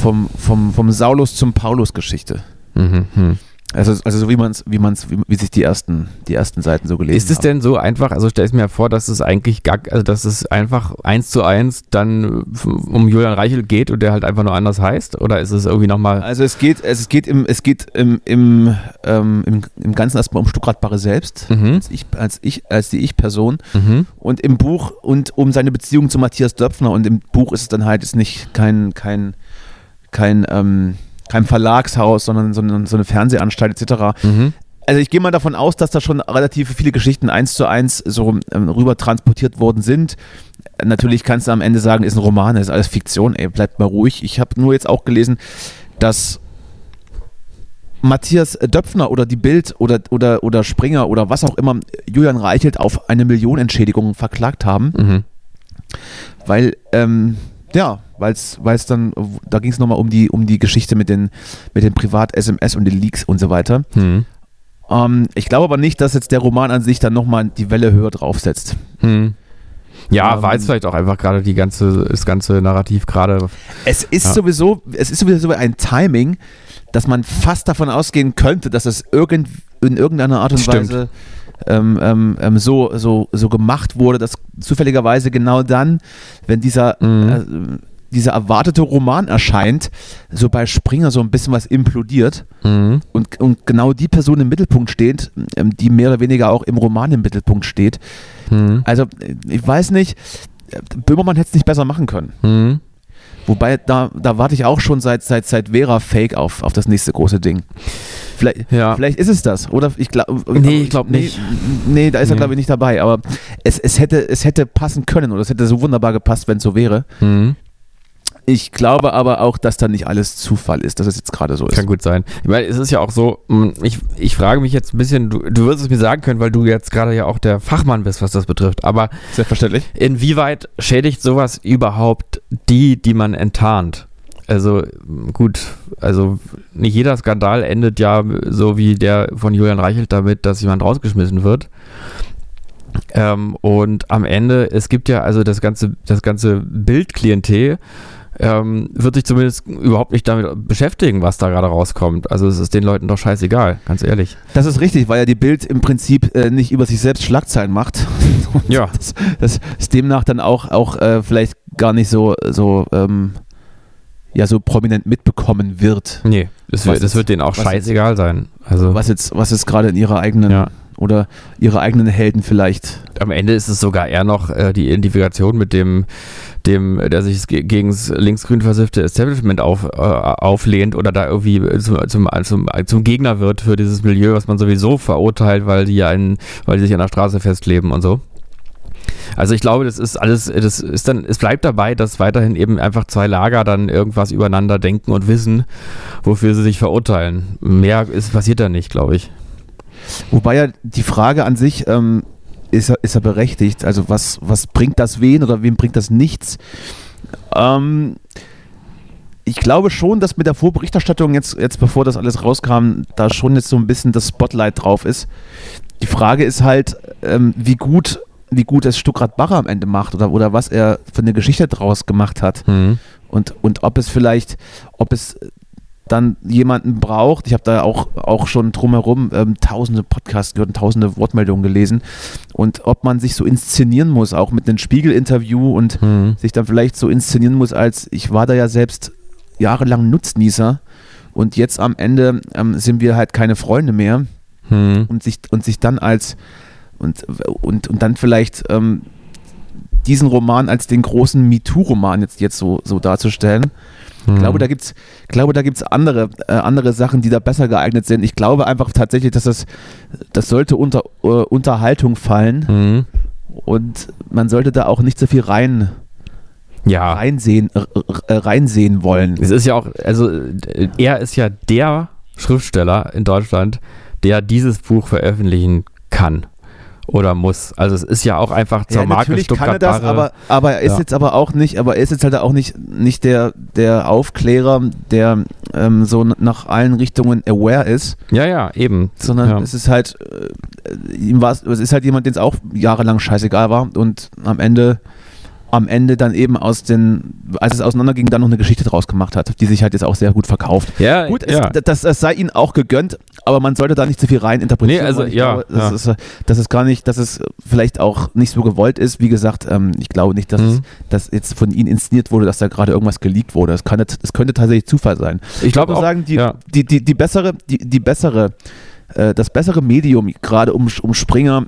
Speaker 3: vom, vom, vom Saulus zum Paulus Geschichte.
Speaker 4: Mhm. mhm.
Speaker 3: Also, also so wie man es, wie man's, wie, wie sich die ersten, die ersten Seiten so gelesen
Speaker 4: Ist es
Speaker 3: haben.
Speaker 4: denn so einfach, also stell es mir vor, dass es eigentlich gar, also dass es einfach eins zu eins dann f- um Julian Reichel geht und der halt einfach nur anders heißt? Oder ist es irgendwie nochmal.
Speaker 3: Also es geht, es geht im, es geht im, im, ähm, im, im Ganzen erstmal um Stuckrad Barre selbst,
Speaker 4: Mhm.
Speaker 3: als ich, als ich, als die Ich-Person
Speaker 4: Mhm.
Speaker 3: und im Buch und um seine Beziehung zu Matthias Döpfner und im Buch ist es dann halt ist nicht kein, kein, kein, ähm, kein Verlagshaus, sondern, sondern so eine Fernsehanstalt etc.
Speaker 4: Mhm.
Speaker 3: Also ich gehe mal davon aus, dass da schon relativ viele Geschichten eins zu eins so ähm, rüber transportiert worden sind. Natürlich kannst du am Ende sagen, ist ein Roman, ist alles Fiktion, ey, bleibt mal ruhig. Ich habe nur jetzt auch gelesen, dass Matthias Döpfner oder die Bild oder, oder, oder Springer oder was auch immer Julian Reichelt auf eine Millionenentschädigung verklagt haben,
Speaker 4: Mhm.
Speaker 3: weil, ähm, ja, weil es dann, da ging es nochmal um die, um die Geschichte mit den, mit den Privat-SMS und den Leaks und so weiter.
Speaker 4: Mhm.
Speaker 3: Ähm, ich glaube aber nicht, dass jetzt der Roman an sich dann nochmal die Welle höher draufsetzt.
Speaker 4: Mhm. Ja,
Speaker 3: Ähm,
Speaker 4: war jetzt vielleicht auch einfach gerade die ganze, das ganze Narrativ gerade.
Speaker 3: Es ist
Speaker 4: Ja.
Speaker 3: sowieso, es ist sowieso ein Timing, dass man fast davon ausgehen könnte, dass es irgend, in irgendeiner Art und
Speaker 4: Stimmt.
Speaker 3: Weise ähm, ähm, ähm, so, so, so gemacht wurde, dass zufälligerweise genau dann, wenn dieser
Speaker 4: Mhm.
Speaker 3: äh, dieser erwartete Roman erscheint, so bei Springer so ein bisschen was implodiert
Speaker 4: mhm,
Speaker 3: und, und genau die Person im Mittelpunkt steht, ähm, die mehr oder weniger auch im Roman im Mittelpunkt steht.
Speaker 4: Mhm.
Speaker 3: Also äh, ich weiß nicht, äh, Böhmermann hätte es nicht besser machen können.
Speaker 4: mhm,
Speaker 3: Wobei, da, da warte ich auch schon seit, seit, seit Vera Fake auf, auf das nächste große Ding. Vielleicht,
Speaker 4: Ja.
Speaker 3: vielleicht ist es das, oder? Ich glaube
Speaker 4: Nee, ich glaub nicht.
Speaker 3: Nee, da ist er,
Speaker 4: Nee.
Speaker 3: glaube ich, nicht dabei. Aber es, es, hätte, es hätte passen können oder es hätte so wunderbar gepasst, wenn es so wäre.
Speaker 4: Mhm.
Speaker 3: Ich glaube aber auch, dass da nicht alles Zufall ist, dass es jetzt gerade so ist.
Speaker 4: Kann gut sein. Ich meine, es ist ja auch so, mh, ich, ich frage mich jetzt ein bisschen, du, du wirst es mir sagen können, weil du jetzt gerade ja auch der Fachmann bist, was das betrifft, aber
Speaker 3: Selbstverständlich.
Speaker 4: inwieweit schädigt sowas überhaupt die, die man enttarnt? Also mh, gut, also nicht jeder Skandal endet ja so wie der von Julian Reichelt damit, dass jemand rausgeschmissen wird. Ähm, und am Ende, es gibt ja also das ganze, das ganze Bildklientel ähm, wird sich zumindest überhaupt nicht damit beschäftigen, was da gerade rauskommt. Also es ist den Leuten doch scheißegal,
Speaker 3: (laughs)
Speaker 4: ganz ehrlich.
Speaker 3: Das ist richtig, weil ja die Bild im Prinzip äh, nicht über sich selbst Schlagzeilen macht. (laughs) Und
Speaker 4: Ja.
Speaker 3: Das, das ist demnach dann auch, auch äh, vielleicht gar nicht so, so, ähm, ja, so prominent mitbekommen wird.
Speaker 4: Nee, das,
Speaker 3: Was
Speaker 4: wird, das
Speaker 3: jetzt-
Speaker 4: wird denen auch
Speaker 3: was jetzt-
Speaker 4: scheißegal sein. Also
Speaker 3: Was jetzt, was jetzt gerade in ihrer eigenen
Speaker 4: Ja.
Speaker 3: oder ihre eigenen Helden vielleicht.
Speaker 4: am Ende ist es sogar eher noch äh, die Identifikation mit dem, dem, der sich ge- gegen das linksgrün versiffte Establishment auf, äh, auflehnt oder da irgendwie zum, zum, zum, zum Gegner wird für dieses Milieu, was man sowieso verurteilt, weil die ja einen, weil die sich an der Straße festleben und so. Also ich glaube, das ist alles, das ist dann, es bleibt dabei, dass weiterhin eben einfach zwei Lager dann irgendwas übereinander denken und wissen, wofür sie sich verurteilen. Mehr ist, passiert da nicht, glaube ich.
Speaker 3: Wobei ja die Frage an sich ähm, ist, ja- ist ja berechtigt. Also was, was bringt das wen oder wem bringt das nichts? Ähm, ich glaube schon, dass mit der Vorberichterstattung jetzt, jetzt bevor das alles rauskam, da schon jetzt so ein bisschen das Spotlight drauf ist. Die Frage ist halt, ähm, wie gut wie gut es Stuckrad Barre am Ende macht oder, oder was er für eine Geschichte draus gemacht hat
Speaker 4: Hm,
Speaker 3: und, und ob es vielleicht, ob es dann jemanden braucht. Ich habe da auch, auch schon drumherum ähm, tausende Podcasts gehört und tausende Wortmeldungen gelesen. Und ob man sich so inszenieren muss, auch mit einem Spiegel-Interview und
Speaker 4: Hm.
Speaker 3: sich dann vielleicht so inszenieren muss, als ich war da ja selbst jahrelang Nutznießer und jetzt am Ende ähm, sind wir halt keine Freunde mehr
Speaker 4: Hm.
Speaker 3: und sich, und sich dann als und, und, und dann vielleicht ähm, diesen Roman als den großen MeToo-Roman jetzt, jetzt so, so darzustellen.
Speaker 4: Hm.
Speaker 3: Ich glaube, da gibt's glaube, da gibt's andere, äh, andere Sachen, die da besser geeignet sind. Ich glaube einfach tatsächlich, dass das, das sollte unter äh, Unterhaltung fallen
Speaker 4: Hm.
Speaker 3: und man sollte da auch nicht so viel rein,
Speaker 4: Ja.
Speaker 3: reinsehen, r- r- äh, reinsehen wollen.
Speaker 4: Es Ah. ist ja auch, also äh, er ist ja der Schriftsteller in Deutschland, der dieses Buch veröffentlichen kann oder muss. Also es ist ja auch einfach zur
Speaker 3: ja,
Speaker 4: Marke
Speaker 3: natürlich kann er das,
Speaker 4: Stuttgart-Barre.
Speaker 3: aber, aber er ist
Speaker 4: Ja.
Speaker 3: jetzt aber auch nicht, aber er ist jetzt halt auch nicht, nicht der, der Aufklärer, der ähm, so n- nach allen Richtungen aware ist,
Speaker 4: Ja, ja, eben.
Speaker 3: sondern
Speaker 4: Ja.
Speaker 3: es ist halt, äh, ihm war's, es ist halt jemand, den es auch jahrelang scheißegal war und am Ende, am Ende dann eben aus den, als es auseinanderging, dann noch eine Geschichte draus gemacht hat, die sich halt jetzt auch sehr gut verkauft.
Speaker 4: Ja,
Speaker 3: Gut, es,
Speaker 4: ja.
Speaker 3: das, das sei ihnen auch gegönnt, aber man sollte da nicht zu viel rein interpretieren.
Speaker 4: Nee, also,
Speaker 3: weil ich
Speaker 4: ja,
Speaker 3: glaube, das
Speaker 4: ja.
Speaker 3: Ist, äh, dass es gar nicht, dass es vielleicht auch nicht so gewollt ist. Wie gesagt, ähm, ich glaube nicht, dass,
Speaker 4: Mhm.
Speaker 3: es, dass jetzt von ihnen inszeniert wurde, dass da gerade irgendwas geleakt wurde. Es kann jetzt- es könnte tatsächlich Zufall sein.
Speaker 4: ich glaube
Speaker 3: würde
Speaker 4: auch,
Speaker 3: sagen, die,
Speaker 4: ja.
Speaker 3: die, die, die bessere, die, die bessere, äh, das bessere Medium gerade um, um Springer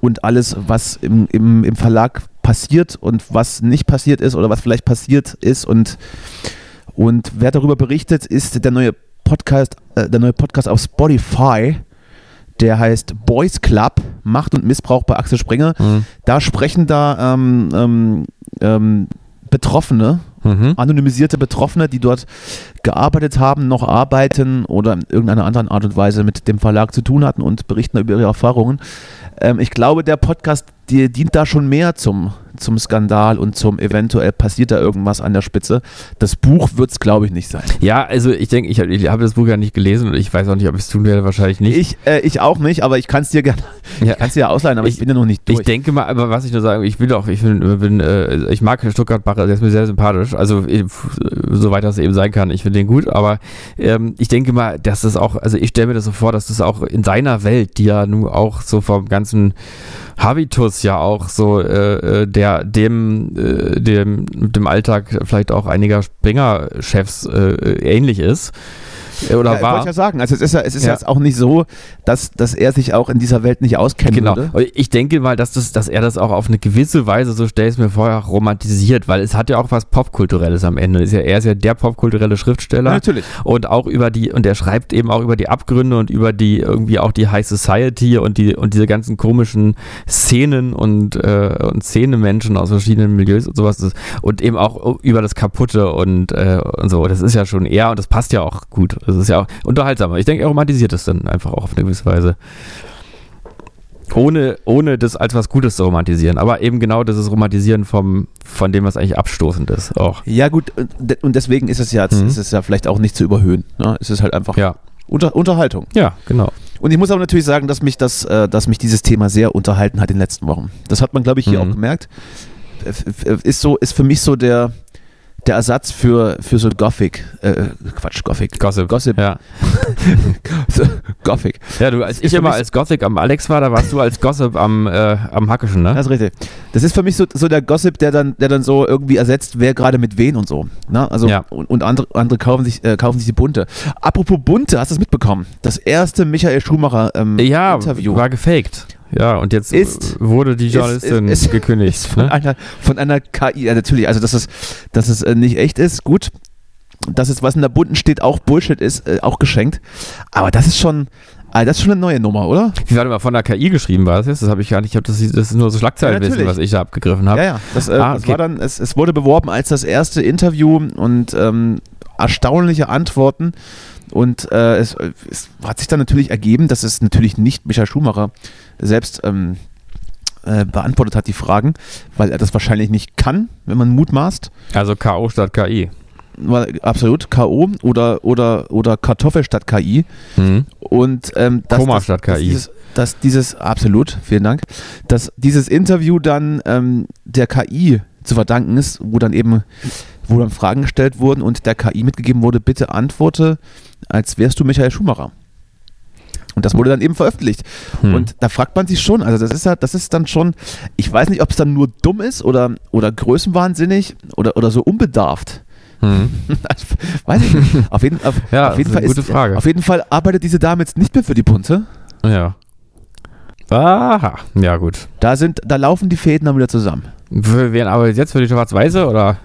Speaker 3: und alles, was im, im, im Verlag passiert und was nicht passiert ist oder was vielleicht passiert ist und, und wer darüber berichtet, ist der neue Podcast, äh, der neue Podcast auf Spotify. Der heißt Boys Club, Macht und Missbrauch bei Axel Springer.
Speaker 4: Mhm.
Speaker 3: Da sprechen da ähm, ähm, ähm, Betroffene
Speaker 4: Mhm.
Speaker 3: anonymisierte Betroffene, die dort gearbeitet haben, noch arbeiten oder in irgendeiner anderen Art und Weise mit dem Verlag zu tun hatten und berichten über ihre Erfahrungen. Ähm, ich glaube, der Podcast die, dient da schon mehr zum, zum Skandal und zum eventuell passiert da irgendwas an der Spitze. Das Buch wird es, glaube ich, nicht sein.
Speaker 4: ja, also ich denke, ich habe ich hab das Buch ja nicht gelesen und ich weiß auch nicht, ob ich es tun werde, wahrscheinlich nicht.
Speaker 3: Ich, äh, ich auch nicht, aber ich kann es dir gerne
Speaker 4: Ja.
Speaker 3: ich kann's dir ja ausleihen, aber ich,
Speaker 4: Ich-
Speaker 3: bin ja noch nicht durch.
Speaker 4: Ich denke mal, aber was ich nur sagen, ich will auch, ich bin, bin äh, ich mag Stuttgart Barre, der ist mir sehr sympathisch. sympathisch, also eh, f- soweit das eben sein kann. Ich finde den gut, aber ähm, ich denke mal, dass das auch, also ich stelle mir das so vor, dass das auch in seiner Welt, die ja nun auch so vom ganzen Habitus ja auch so äh, äh, der dem äh, dem dem Alltag vielleicht auch einiger Springer-Chefs äh, ähnlich ist äh,
Speaker 3: ja,
Speaker 4: oder
Speaker 3: wollte
Speaker 4: war.
Speaker 3: ich ja sagen. Also es ist ja, es ist
Speaker 4: Ja.
Speaker 3: ja. jetzt auch nicht so, dass, dass er sich auch in dieser Welt nicht auskennen
Speaker 4: Genau.
Speaker 3: würde.
Speaker 4: Und Ich denke mal, dass, das, dass er das auch auf eine gewisse Weise, so stelle ich es mir vorher, romantisiert, weil es hat ja auch was Popkulturelles am Ende. Ist ja, er ist ja der popkulturelle Schriftsteller.
Speaker 3: natürlich.
Speaker 4: Und auch über die, und er schreibt eben auch über die Abgründe und über die, irgendwie auch die High Society und die, und diese ganzen komischen Szenen und, äh, und Szenemenschen aus verschiedenen Milieus und sowas. Das- Und eben auch über das Kaputte und, äh, und so. Das ist ja schon eher, und das passt ja auch gut. Das ist ja auch unterhaltsamer. Ich denke, er romantisiert das dann einfach auch auf eine gewisse Weise. Ohne, ohne das als was Gutes zu romantisieren, aber eben genau dieses Romantisieren vom, von dem, was eigentlich abstoßend ist. Auch.
Speaker 3: Ja gut, und de- und deswegen ist es ja,
Speaker 4: Mhm.
Speaker 3: ist es ja vielleicht auch nicht zu überhöhen. Ne? Es ist halt einfach
Speaker 4: Ja.
Speaker 3: Unter, Unterhaltung.
Speaker 4: Ja, genau.
Speaker 3: Und ich muss aber natürlich sagen, dass mich, das, äh, dass mich dieses Thema sehr unterhalten hat in den letzten Wochen. Das hat man, glaube ich, hier
Speaker 4: Mhm.
Speaker 3: auch gemerkt. F- f- Ist, so, ist für mich so der, der Ersatz für, für so Gothic. Äh, Quatsch, Gothic.
Speaker 4: Gossip.
Speaker 3: Gossip.
Speaker 4: Ja.
Speaker 3: Gothic.
Speaker 4: Ja, du, als ich
Speaker 3: für
Speaker 4: immer
Speaker 3: mich-
Speaker 4: als Gothic am Alex war, da warst du als Gossip am, äh, am Hackischen, ne?
Speaker 3: Das ist richtig. Das ist für mich so, so der Gossip, der dann, der dann so irgendwie ersetzt, wer gerade mit wen und so. Ne? Also,
Speaker 4: Ja.
Speaker 3: Und, und andere, andere kaufen, sich, äh, kaufen sich die bunte. Apropos bunte, hast du es mitbekommen? Das erste Michael Schumacher ähm,
Speaker 4: ja,
Speaker 3: Interview.
Speaker 4: war gefaked. Ja, und jetzt
Speaker 3: Ist-
Speaker 4: äh, wurde die
Speaker 3: ist-
Speaker 4: Journalistin
Speaker 3: ist- ist-
Speaker 4: gekündigt.
Speaker 3: von,
Speaker 4: ne?
Speaker 3: einer, von einer KI, ja natürlich, also dass es, dass es äh, nicht echt ist, gut. Dass es, was in der bunten steht, auch Bullshit ist, äh, auch geschenkt. Aber das ist schon, ah, das ist schon eine neue Nummer, oder?
Speaker 4: Wie war denn mal von der KI geschrieben war das jetzt? Das habe ich gar nicht, ich hab das, das ist nur so Schlagzeilenwissen,
Speaker 3: Ja,
Speaker 4: was
Speaker 3: natürlich.
Speaker 4: ich da abgegriffen habe.
Speaker 3: Ja, ja. Das, äh,
Speaker 4: Ah,
Speaker 3: das
Speaker 4: okay.
Speaker 3: war dann, es, es wurde beworben als das erste Interview und ähm, erstaunliche Antworten. Und äh, es, es hat sich dann natürlich ergeben, dass es natürlich nicht Michael Schumacher selbst ähm, äh, beantwortet hat, die Fragen, weil er das wahrscheinlich nicht kann, wenn man mutmaßt.
Speaker 4: Also K.O. statt KI.
Speaker 3: Weil, absolut, K.O. oder, oder, oder Kartoffel statt KI.
Speaker 4: Mhm.
Speaker 3: Und ähm, dass,
Speaker 4: Koma
Speaker 3: das-
Speaker 4: statt
Speaker 3: dass
Speaker 4: KI.
Speaker 3: dieses, dass dieses, absolut, vielen Dank, dass dieses Interview dann ähm, der KI zu verdanken ist, wo dann eben, wo dann Fragen gestellt wurden und der KI mitgegeben wurde, bitte antworte, als wärst du Michael Schumacher. Und das wurde dann eben veröffentlicht.
Speaker 4: Hm.
Speaker 3: Und da fragt man sich schon, also das ist ja, das ist dann schon, ich weiß nicht, ob es dann nur dumm ist oder, oder größenwahnsinnig oder, oder so unbedarft.
Speaker 4: Mhm.
Speaker 3: Das (laughs) Weiß ich nicht. Auf jeden, auf,
Speaker 4: Ja,
Speaker 3: auf jeden
Speaker 4: das ist
Speaker 3: Fall
Speaker 4: eine gute Frage.
Speaker 3: Auf jeden Fall arbeitet diese Dame jetzt nicht mehr für die Bunte.
Speaker 4: Ja. Aha. Ja, gut.
Speaker 3: Da, sind, da laufen die Fäden dann wieder zusammen.
Speaker 4: Für wen arbeitet jetzt? Für die Schwarz-Weiße oder?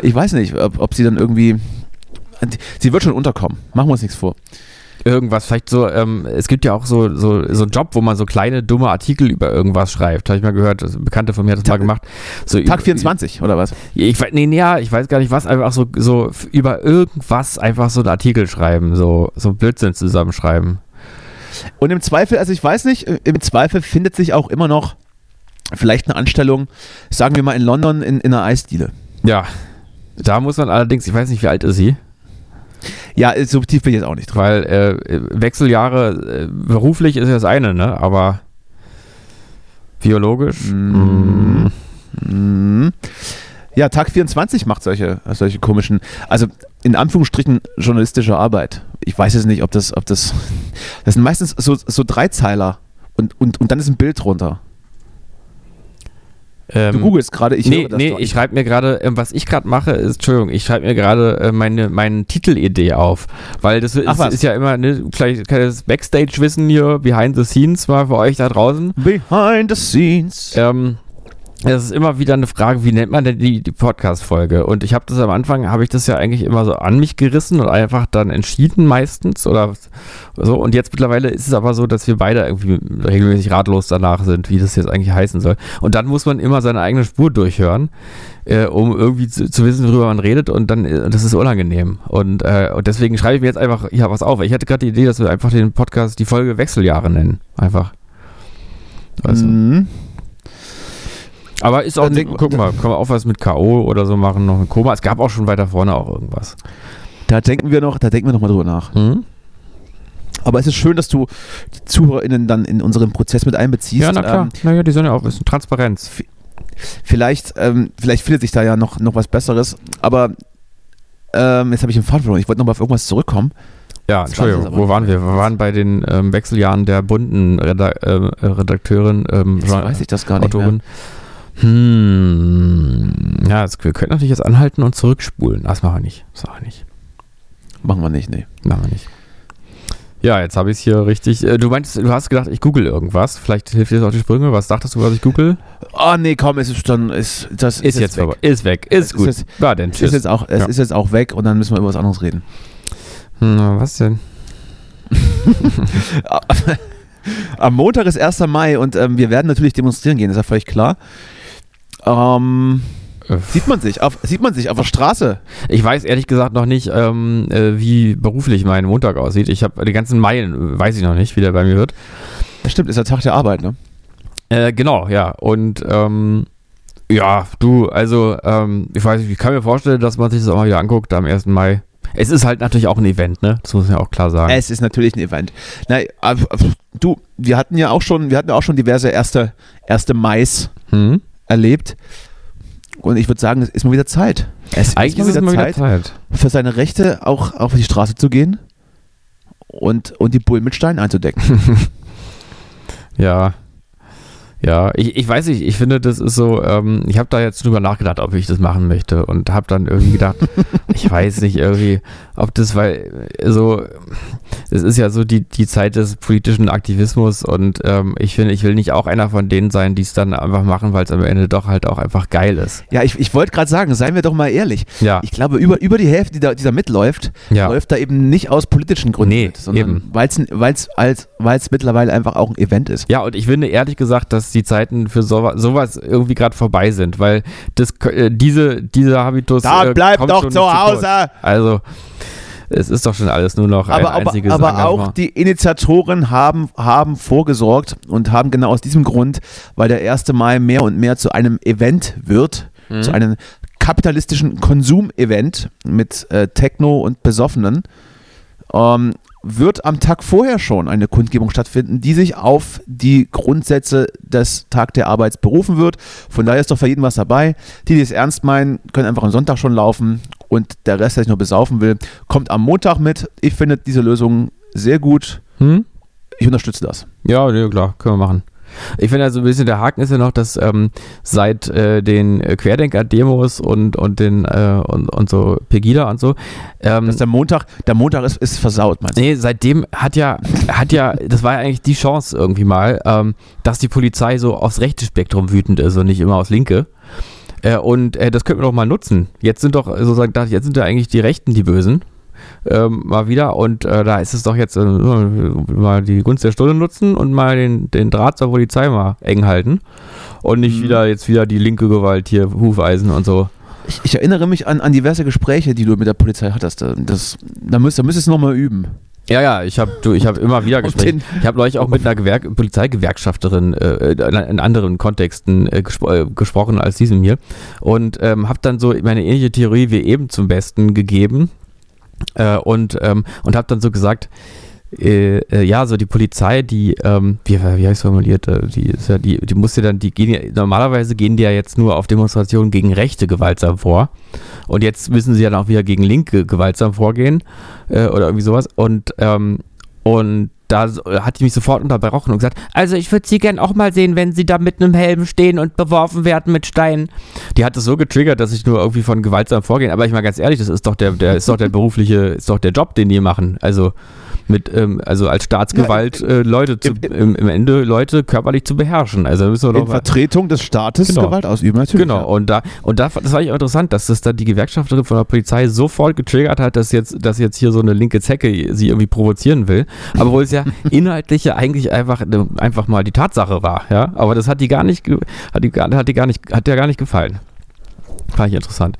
Speaker 3: Ich weiß nicht, ob, ob sie dann irgendwie. Sie wird schon unterkommen. Machen wir uns nichts vor.
Speaker 4: Irgendwas, vielleicht so, ähm, es gibt ja auch so, so, so einen Job, wo man so kleine, dumme Artikel über irgendwas schreibt. Habe ich mal gehört, das- ein Bekannter von mir hat das mal
Speaker 3: Tag-
Speaker 4: gemacht. So
Speaker 3: Tag
Speaker 4: über-
Speaker 3: 24, oder was?
Speaker 4: Ich weiß, nee, nee, ja, ich weiß gar nicht was, einfach so, so f- über irgendwas einfach so einen Artikel schreiben, so, so Blödsinn zusammenschreiben.
Speaker 3: Und im Zweifel, also ich weiß nicht, im Zweifel findet sich auch immer noch vielleicht eine Anstellung, sagen wir mal in London, in, in einer Eisdiele.
Speaker 4: Ja. Da muss man allerdings, ich weiß nicht, wie alt ist sie,
Speaker 3: Ja, so tief bin ich jetzt auch nicht drin.
Speaker 4: weil äh, Wechseljahre äh, beruflich ist ja das eine, ne? Aber biologisch.
Speaker 3: Mm.
Speaker 4: mh,
Speaker 3: Mhm. Ja, Tag 24 macht solche, solche komischen, also in Anführungsstrichen journalistische Arbeit. Ich weiß jetzt nicht, ob das, ob das, das sind meistens so, so Dreizeiler und, und, und dann ist ein Bild drunter.
Speaker 4: ähm,
Speaker 3: Du googelst gerade, ich
Speaker 4: nee,
Speaker 3: höre das
Speaker 4: nee,
Speaker 3: doch.
Speaker 4: ich schreibe mir gerade, ähm, was ich gerade mache, ist, Entschuldigung, ich schreibe mir gerade äh, meine, meine Titelidee auf, weil das
Speaker 3: Ach
Speaker 4: ist,
Speaker 3: was.
Speaker 4: ist ja immer ne, gleich, kleines Backstage-Wissen hier, behind the scenes mal für euch da draußen.
Speaker 3: Behind the scenes.
Speaker 4: Ähm, es ist immer wieder eine Frage, wie nennt man denn die, die Podcast-Folge? Und ich habe das am Anfang, habe ich das ja eigentlich immer so an mich gerissen und einfach dann entschieden meistens oder so. Und jetzt mittlerweile ist es aber so, dass wir beide irgendwie regelmäßig ratlos danach sind, wie das jetzt eigentlich heißen soll. Und dann muss man immer seine eigene Spur durchhören, äh, um irgendwie zu, zu wissen, worüber man redet. Und dann, äh, das ist unangenehm. Und, äh, und deswegen schreibe ich mir jetzt einfach, ja, was auf. Ich hatte gerade die Idee, dass wir einfach den Podcast die Folge Wechseljahre nennen. Einfach. Also. Weißt du?
Speaker 3: Mhm.
Speaker 4: Aber ist auch,
Speaker 3: Dann denk-
Speaker 4: guck mal, kann man auch was mit K.O. oder so machen, noch ein Koma. Es gab auch schon weiter vorne auch irgendwas.
Speaker 3: Da denken wir noch, da denken wir noch mal drüber nach. Aber es ist schön, dass du die ZuhörerInnen dann in unseren Prozess mit einbeziehst.
Speaker 4: Ja, na klar.
Speaker 3: Ähm,
Speaker 4: naja, die sollen ja auch wissen. Transparenz.
Speaker 3: Vielleicht, ähm, vielleicht findet sich da ja noch, noch was Besseres, aber ähm, jetzt habe ich den Faden verloren. Ich wollte nochmal auf irgendwas zurückkommen.
Speaker 4: Ja,
Speaker 3: Das war's jetzt
Speaker 4: Entschuldigung,
Speaker 3: aber
Speaker 4: wo
Speaker 3: nicht
Speaker 4: waren
Speaker 3: mehr.
Speaker 4: wir? Wir waren bei den ähm, Wechseljahren der bunten Reda äh, Redakteurin, ähm,
Speaker 3: Jetzt weiß ich das gar nicht mehr.
Speaker 4: Autorin. Hm. Ja, jetzt, wir könnten natürlich jetzt anhalten und zurückspulen. Das machen wir nicht. Das machen wir nicht.
Speaker 3: Machen wir nicht, nee.
Speaker 4: Machen wir nicht. Ja, jetzt habe ich es hier richtig. Äh, du meintest, du hast gedacht, ich google irgendwas. Vielleicht hilft dir das auf die Sprünge. Was dachtest du, was ich google?
Speaker 3: Oh nee, komm, es ist dann, ist, das
Speaker 4: Ist, jetzt
Speaker 3: weg.
Speaker 4: vorbei. Ist weg. Ist
Speaker 3: Ist
Speaker 4: gut.
Speaker 3: jetzt-
Speaker 4: War denn.
Speaker 3: Es ist
Speaker 4: Tschüss.
Speaker 3: jetzt auch, es
Speaker 4: Ja.
Speaker 3: ist jetzt auch weg und dann müssen wir über was anderes reden.
Speaker 4: Hm, was denn?
Speaker 3: Am Montag ist 1. Mai und ähm, wir werden natürlich demonstrieren gehen, ist ja völlig klar. Ähm,
Speaker 4: Äh,
Speaker 3: sieht man sich, auf, sieht man sich auf der Straße.
Speaker 4: Ich weiß ehrlich gesagt noch nicht, ähm, äh, wie beruflich mein Montag aussieht. Ich habe die ganzen Meilen, äh, weiß ich noch nicht, wie der bei mir wird.
Speaker 3: Das stimmt, ist der Tag der Arbeit, ne?
Speaker 4: Äh, genau, ja. Und ähm, ja, du, also ähm, ich weiß nicht, ich kann mir vorstellen, dass man sich das auch mal wieder anguckt am 1. Mai. Es ist halt natürlich auch ein Event, ne? Das muss man ja auch klar sagen.
Speaker 3: Es ist natürlich ein Event. Na, ab- ab- du, wir hatten ja auch schon, wir hatten ja auch schon diverse erste, erste Mais
Speaker 4: Hm?
Speaker 3: erlebt. Und ich würde sagen, es ist mal wieder Zeit. Es
Speaker 4: Eigentlich ist es mal wieder
Speaker 3: Zeit,
Speaker 4: Zeit.
Speaker 3: für seine Rechte auch auf die Straße zu gehen und, und die Bullen mit Steinen einzudecken.
Speaker 4: (laughs) Ja. Ja, ich, ich weiß nicht, ich finde, das ist so, ähm, ich habe da jetzt drüber nachgedacht, ob ich das machen möchte und habe dann irgendwie gedacht, ich weiß nicht irgendwie, ob das, weil äh, so, es ist ja so die, die Zeit des politischen Aktivismus und ähm, ich finde, ich will nicht auch einer von denen sein, die es dann einfach machen, weil es am Ende doch halt auch einfach geil ist.
Speaker 3: Ja, ich, ich wollte gerade sagen, seien wir doch mal ehrlich.
Speaker 4: Ja,
Speaker 3: Ich glaube, über, über die Hälfte, die da, die da mitläuft,
Speaker 4: ja.
Speaker 3: läuft da eben nicht aus politischen Gründen,
Speaker 4: Nee,
Speaker 3: mit, sondern
Speaker 4: eben.
Speaker 3: weil es weil's, als- weil's mittlerweile einfach auch ein Event ist.
Speaker 4: Ja, und ich finde ehrlich gesagt, dass die Zeiten für sowas, sowas irgendwie gerade vorbei sind, weil das, äh, diese, dieser Habitus. äh, kommt schon nicht kurz. Also, es ist doch schon alles nur noch ein
Speaker 3: Aber, aber,
Speaker 4: einziges
Speaker 3: aber auch die Initiatoren haben, haben vorgesorgt und haben genau aus diesem Grund, weil der 1. Mai mehr und mehr zu einem Event wird,
Speaker 4: Mhm.
Speaker 3: zu einem kapitalistischen Konsum-Event mit äh, Techno und Besoffenen, ähm, wird am Tag vorher schon eine Kundgebung stattfinden, die sich auf die Grundsätze des Tag der Arbeit berufen wird. Von daher ist doch für jeden was dabei. Die, die es ernst meinen, können einfach am Sonntag schon laufen und der Rest, der sich nur besaufen will, kommt am Montag mit. Ich finde diese Lösung sehr gut.
Speaker 4: Hm?
Speaker 3: Ich unterstütze das.
Speaker 4: Ja, nee, klar, können wir machen. Ich finde also ein bisschen der Haken ist ja noch, dass ähm, seit äh, den äh, Querdenker-Demos und, und den äh, und, und so Pegida und so, ähm,
Speaker 3: Dass der Montag, der Montag ist, ist versaut, meinst du?
Speaker 4: Nee, seitdem hat ja, hat ja, das war ja eigentlich die Chance irgendwie mal, ähm, dass die Polizei so aufs rechte Spektrum wütend ist und nicht immer aufs linke. Äh, und äh, das könnten wir doch mal nutzen. Jetzt sind doch sozusagen, da- jetzt sind ja eigentlich die Rechten die Bösen. Ähm, mal wieder und äh, da ist es doch jetzt äh, mal die Gunst der Stunde nutzen und mal den, den Draht zur Polizei mal eng halten und nicht wieder jetzt wieder die linke Gewalt hier, Hufeisen und so.
Speaker 3: Ich, ich erinnere mich an, an diverse Gespräche, die du mit der Polizei hattest. Das, da, müsst, da müsstest du nochmal üben.
Speaker 4: Ja, ja, ich habe ich hab immer wieder gesprochen.
Speaker 3: den-
Speaker 4: Ich habe neulich auch mit einer Gewerk Polizeigewerkschafterin äh, äh, in anderen Kontexten äh, gespro äh, gesprochen als diesem hier und ähm, habe dann so meine ähnliche Theorie wie eben zum Besten gegeben äh, und, ähm, und habe dann so gesagt, äh, äh, ja, so die Polizei, die, ähm, wie, wie habe ich formuliert, äh, die, ist ja, die, die muss ja dann, die gehen ja, normalerweise gehen die ja jetzt nur auf Demonstrationen gegen Rechte gewaltsam vor. Und jetzt müssen sie ja dann auch wieder gegen Linke gewaltsam vorgehen äh, oder irgendwie sowas. Und, ähm, und da so- hat die mich sofort unterbrochen und gesagt, also ich würde sie gern auch mal sehen, wenn sie da mit einem Helm stehen und beworfen werden mit Steinen. Die hat es so getriggert, dass ich nur irgendwie von gewaltsam vorgehen. Aber ich mal ganz ehrlich, das ist doch der, der ist doch der berufliche, ist doch der Job, den die machen. Also mit, ähm, also als Staatsgewalt äh, Leute zu,
Speaker 3: im-
Speaker 4: im, im Ende Leute körperlich zu beherrschen. Also da müssen wir
Speaker 3: In
Speaker 4: doch mal-
Speaker 3: Vertretung des Staates
Speaker 4: Genau.
Speaker 3: Gewalt ausüben, natürlich.
Speaker 4: Genau, und da, und da, das war ich auch interessant, dass das dann die Gewerkschafterin von der Polizei sofort getriggert hat, dass jetzt, dass jetzt hier so eine linke Zecke sie irgendwie provozieren will. Aber wo es ja inhaltlich ja eigentlich einfach, ne, einfach mal die Tatsache war, ja. Aber das hat die gar nicht, ge- hat die, gar- hat die gar nicht, hat der gar nicht gefallen. Fand ich interessant.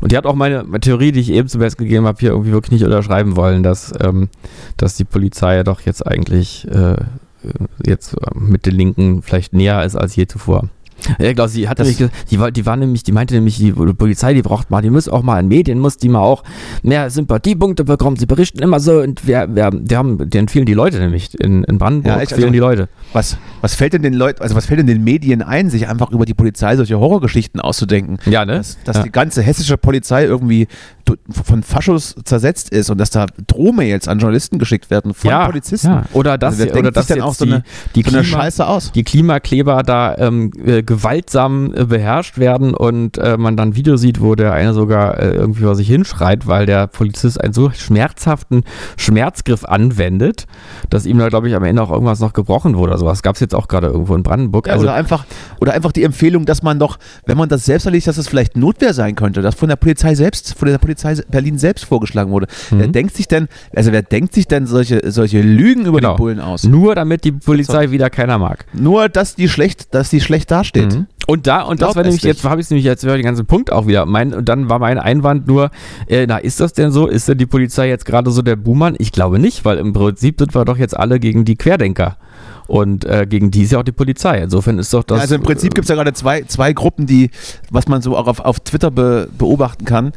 Speaker 4: Und die hat auch meine Theorie, die ich eben zum Besten gegeben habe, hier irgendwie wirklich nicht unterschreiben wollen, dass, ähm, dass die Polizei ja doch äh, jetzt eigentlich äh, jetzt mit den Linken vielleicht näher ist als je zuvor. Ja, genau, sie hat nämlich, ge- die, war- die war nämlich, die meinte nämlich, die Polizei, die braucht mal, die muss auch mal an Medien, muss die mal auch mehr Sympathiepunkte bekommen. Sie berichten immer so und wir, wir, wir haben, denen fehlen die Leute nämlich. In, in Brandenburg
Speaker 3: Ja, echt,
Speaker 4: fehlen
Speaker 3: also-
Speaker 4: die Leute.
Speaker 3: Was, was fällt denn den Leuten, also was fällt denn den Medien ein, sich einfach über die Polizei solche Horrorgeschichten auszudenken?
Speaker 4: Ja, ne?
Speaker 3: Dass, dass
Speaker 4: Ja.
Speaker 3: die ganze hessische Polizei irgendwie du- von Faschos zersetzt ist und dass da Drohmails an Journalisten geschickt werden von Polizisten.
Speaker 4: ja. Oder das,
Speaker 3: Also wer
Speaker 4: oder
Speaker 3: denkt
Speaker 4: das
Speaker 3: sich denn
Speaker 4: jetzt
Speaker 3: auch so
Speaker 4: die,
Speaker 3: eine-
Speaker 4: die,
Speaker 3: Von der
Speaker 4: Klima,
Speaker 3: Scheiße aus.
Speaker 4: die Klimakleber da ähm, äh, gewaltsam äh, beherrscht werden und äh, man dann ein Video sieht, wo der eine sogar äh, irgendwie über sich hinschreit, weil der Polizist einen so schmerzhaften Schmerzgriff anwendet, dass ihm da, glaube ich, am Ende auch irgendwas noch gebrochen wurde oder sowas. Gab es jetzt auch gerade irgendwo in Brandenburg.
Speaker 3: Ja,
Speaker 4: also,
Speaker 3: oder, einfach, oder einfach die Empfehlung, dass man doch, wenn man das selbst erledigt, dass es vielleicht Notwehr sein könnte, dass von der Polizei selbst, von der Polizei Berlin selbst vorgeschlagen wurde. Wer
Speaker 4: Mhm.
Speaker 3: denkt sich denn, also wer denkt sich denn solche, solche Lügen über
Speaker 4: Genau.
Speaker 3: die Bullen aus?
Speaker 4: nur damit die Polizei wieder keiner mag.
Speaker 3: Nur, dass die schlecht, dass die schlecht dasteht.
Speaker 4: Und da, und das
Speaker 3: Glaub
Speaker 4: war
Speaker 3: es
Speaker 4: nämlich,
Speaker 3: nicht.
Speaker 4: jetzt habe ich nämlich jetzt war den ganzen Punkt auch wieder. Mein, und dann war mein Einwand nur, äh, na, ist das denn so? Ist denn die Polizei jetzt gerade so der Buhmann? Ich glaube nicht, weil im Prinzip sind wir doch jetzt alle gegen die Querdenker. Und äh, gegen die ist ja auch die Polizei. Insofern ist doch das.
Speaker 3: also im Prinzip gibt es ja gerade zwei, zwei Gruppen, die, was man so auch auf, auf Twitter be, beobachten kann.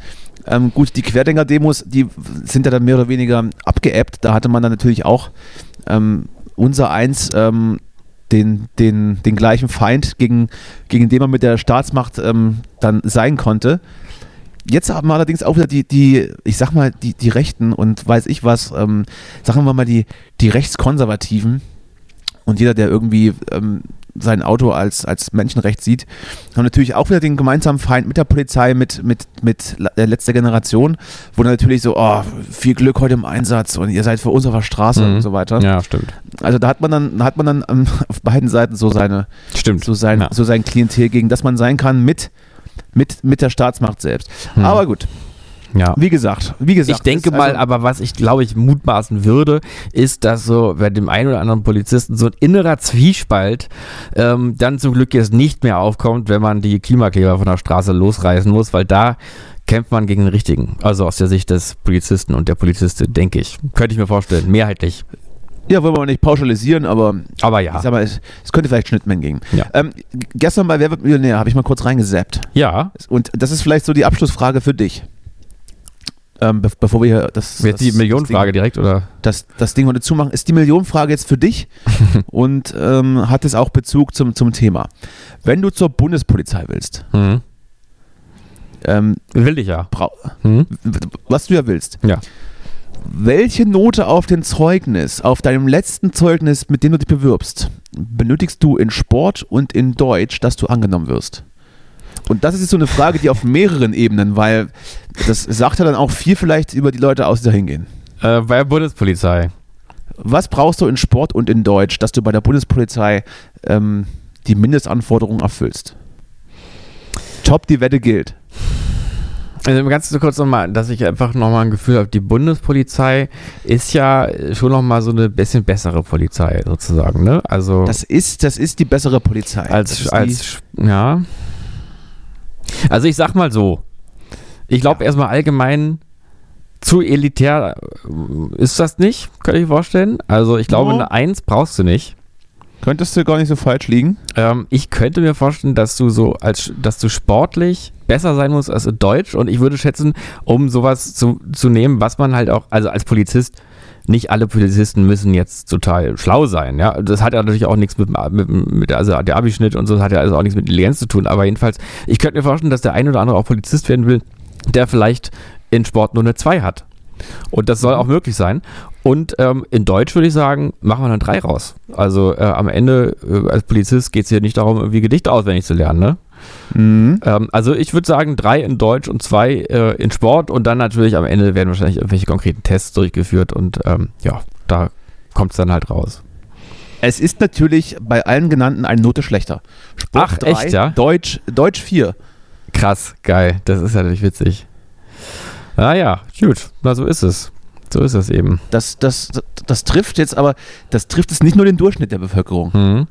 Speaker 3: Ähm, gut, die Querdenker-Demos, die sind ja dann mehr oder weniger abgeebbt. Da hatte man dann natürlich auch ähm, unser Eins ähm, den, den, den gleichen Feind, gegen, gegen den man mit der Staatsmacht ähm, dann sein konnte. Jetzt haben wir allerdings auch wieder die, die ich sag mal, die, die Rechten und weiß ich was, ähm, sagen wir mal die, die Rechtskonservativen und jeder, der irgendwie ähm, sein Auto als, als Menschenrecht sieht, haben natürlich auch wieder den gemeinsamen Feind mit der Polizei, mit, mit, mit la- der letzter Generation, wo dann natürlich so, oh, viel Glück heute im Einsatz und ihr seid für uns auf der Straße
Speaker 4: Mhm.
Speaker 3: und so weiter.
Speaker 4: Ja, stimmt.
Speaker 3: Also da hat man dann, da hat man dann ähm, (laughs) auf beiden Seiten so seine,
Speaker 4: Stimmt.
Speaker 3: so sein,
Speaker 4: Ja.
Speaker 3: so sein Klientel, gegen das man sein kann mit, mit, mit der Staatsmacht selbst.
Speaker 4: Hm.
Speaker 3: Aber gut,
Speaker 4: Ja.
Speaker 3: wie gesagt, wie gesagt.
Speaker 4: Ich denke
Speaker 3: ist
Speaker 4: mal,
Speaker 3: also,
Speaker 4: aber was ich glaube ich mutmaßen würde, ist, dass so bei dem einen oder anderen Polizisten so ein innerer Zwiespalt ähm, dann zum Glück jetzt nicht mehr aufkommt, wenn man die Klimakleber von der Straße losreißen muss, weil da kämpft man gegen den Richtigen. Also aus der Sicht des Polizisten und der Polizistin, denke ich. Könnte ich mir vorstellen, mehrheitlich.
Speaker 3: ja, wollen wir mal nicht pauschalisieren, aber
Speaker 4: Aber ja.
Speaker 3: ich sag mal, es, es könnte vielleicht Schnittmengen geben.
Speaker 4: Ah. Ja.
Speaker 3: Ähm, g- gestern bei Wer wird Millionär habe ich mal kurz reingesappt.
Speaker 4: Ja,
Speaker 3: Und das ist vielleicht so die Abschlussfrage für dich. Ähm, be bevor wir hier das,
Speaker 4: jetzt
Speaker 3: das,
Speaker 4: die Millionenfrage direkt oder?
Speaker 3: das, das Ding heute zumachen, ist die Millionenfrage jetzt für
Speaker 4: (laughs)
Speaker 3: dich und ähm, hat es auch Bezug zum, zum Thema. Wenn du zur Bundespolizei willst,
Speaker 4: Mhm.
Speaker 3: ähm,
Speaker 4: Will ich ja.
Speaker 3: brau-
Speaker 4: Mhm.
Speaker 3: was du ja willst,
Speaker 4: Ja.
Speaker 3: welche Note auf dem Zeugnis, auf deinem letzten Zeugnis, mit dem du dich bewirbst, benötigst du in Sport und in Deutsch, dass du angenommen wirst? Und das ist jetzt so eine Frage, die auf mehreren Ebenen, weil das sagt ja dann auch viel vielleicht über die Leute aus, die da hingehen.
Speaker 4: Äh, bei der Bundespolizei.
Speaker 3: Was brauchst du in Sport und in Deutsch, dass du bei der Bundespolizei ähm, die Mindestanforderungen erfüllst? Top, die Wette gilt.
Speaker 4: Also ganz so kurz nochmal, dass ich einfach nochmal ein Gefühl habe, die Bundespolizei ist ja schon nochmal so eine bisschen bessere Polizei sozusagen, ne? Also
Speaker 3: Das ist, das ist die bessere Polizei. das
Speaker 4: als,
Speaker 3: ist
Speaker 4: als ja. Also ich sag mal so, ich glaube erstmal allgemein zu elitär äh, ist das nicht, könnte ich vorstellen. Also ich glaube,
Speaker 3: Ja.
Speaker 4: eine Eins brauchst du nicht.
Speaker 3: die, könntest du gar nicht so falsch liegen.
Speaker 4: Ähm, ich könnte mir vorstellen, dass du so als dass du sportlich besser sein musst als in Deutsch und ich würde schätzen, um sowas zu, zu nehmen, was man halt auch, also als Polizist, nicht alle Polizisten müssen jetzt total schlau sein, ja. Das hat ja natürlich auch nichts mit, dem A- mit, dem- mit der- also der Abischnitt und so, das hat ja also auch nichts mit Intelligenz zu tun, aber jedenfalls, ich könnte mir vorstellen, dass der ein oder andere auch Polizist werden will, der vielleicht in Sport nur eine 2 hat. Und das soll auch möglich sein. Und ähm, in Deutsch würde ich sagen, machen wir dann drei raus. Also äh, am Ende äh, als Polizist geht es hier nicht darum, irgendwie Gedichte auswendig zu lernen. Ne?
Speaker 3: Mhm.
Speaker 4: Ähm, also ich würde sagen, drei in Deutsch und zwei äh, in Sport. Und dann natürlich am Ende werden wahrscheinlich irgendwelche konkreten Tests durchgeführt. Und ähm, ja, da kommt es dann halt raus.
Speaker 3: Es ist natürlich bei allen genannten eine Note schlechter. Sport
Speaker 4: Ach, echt, ja?
Speaker 3: Deutsch, Deutsch 4.
Speaker 4: Krass, geil. Das ist ja natürlich witzig. Naja, gut. Na, so ist es. So ist es eben.
Speaker 3: Das, das, das trifft jetzt aber, das trifft jetzt nicht nur den Durchschnitt der Bevölkerung.
Speaker 4: Mhm.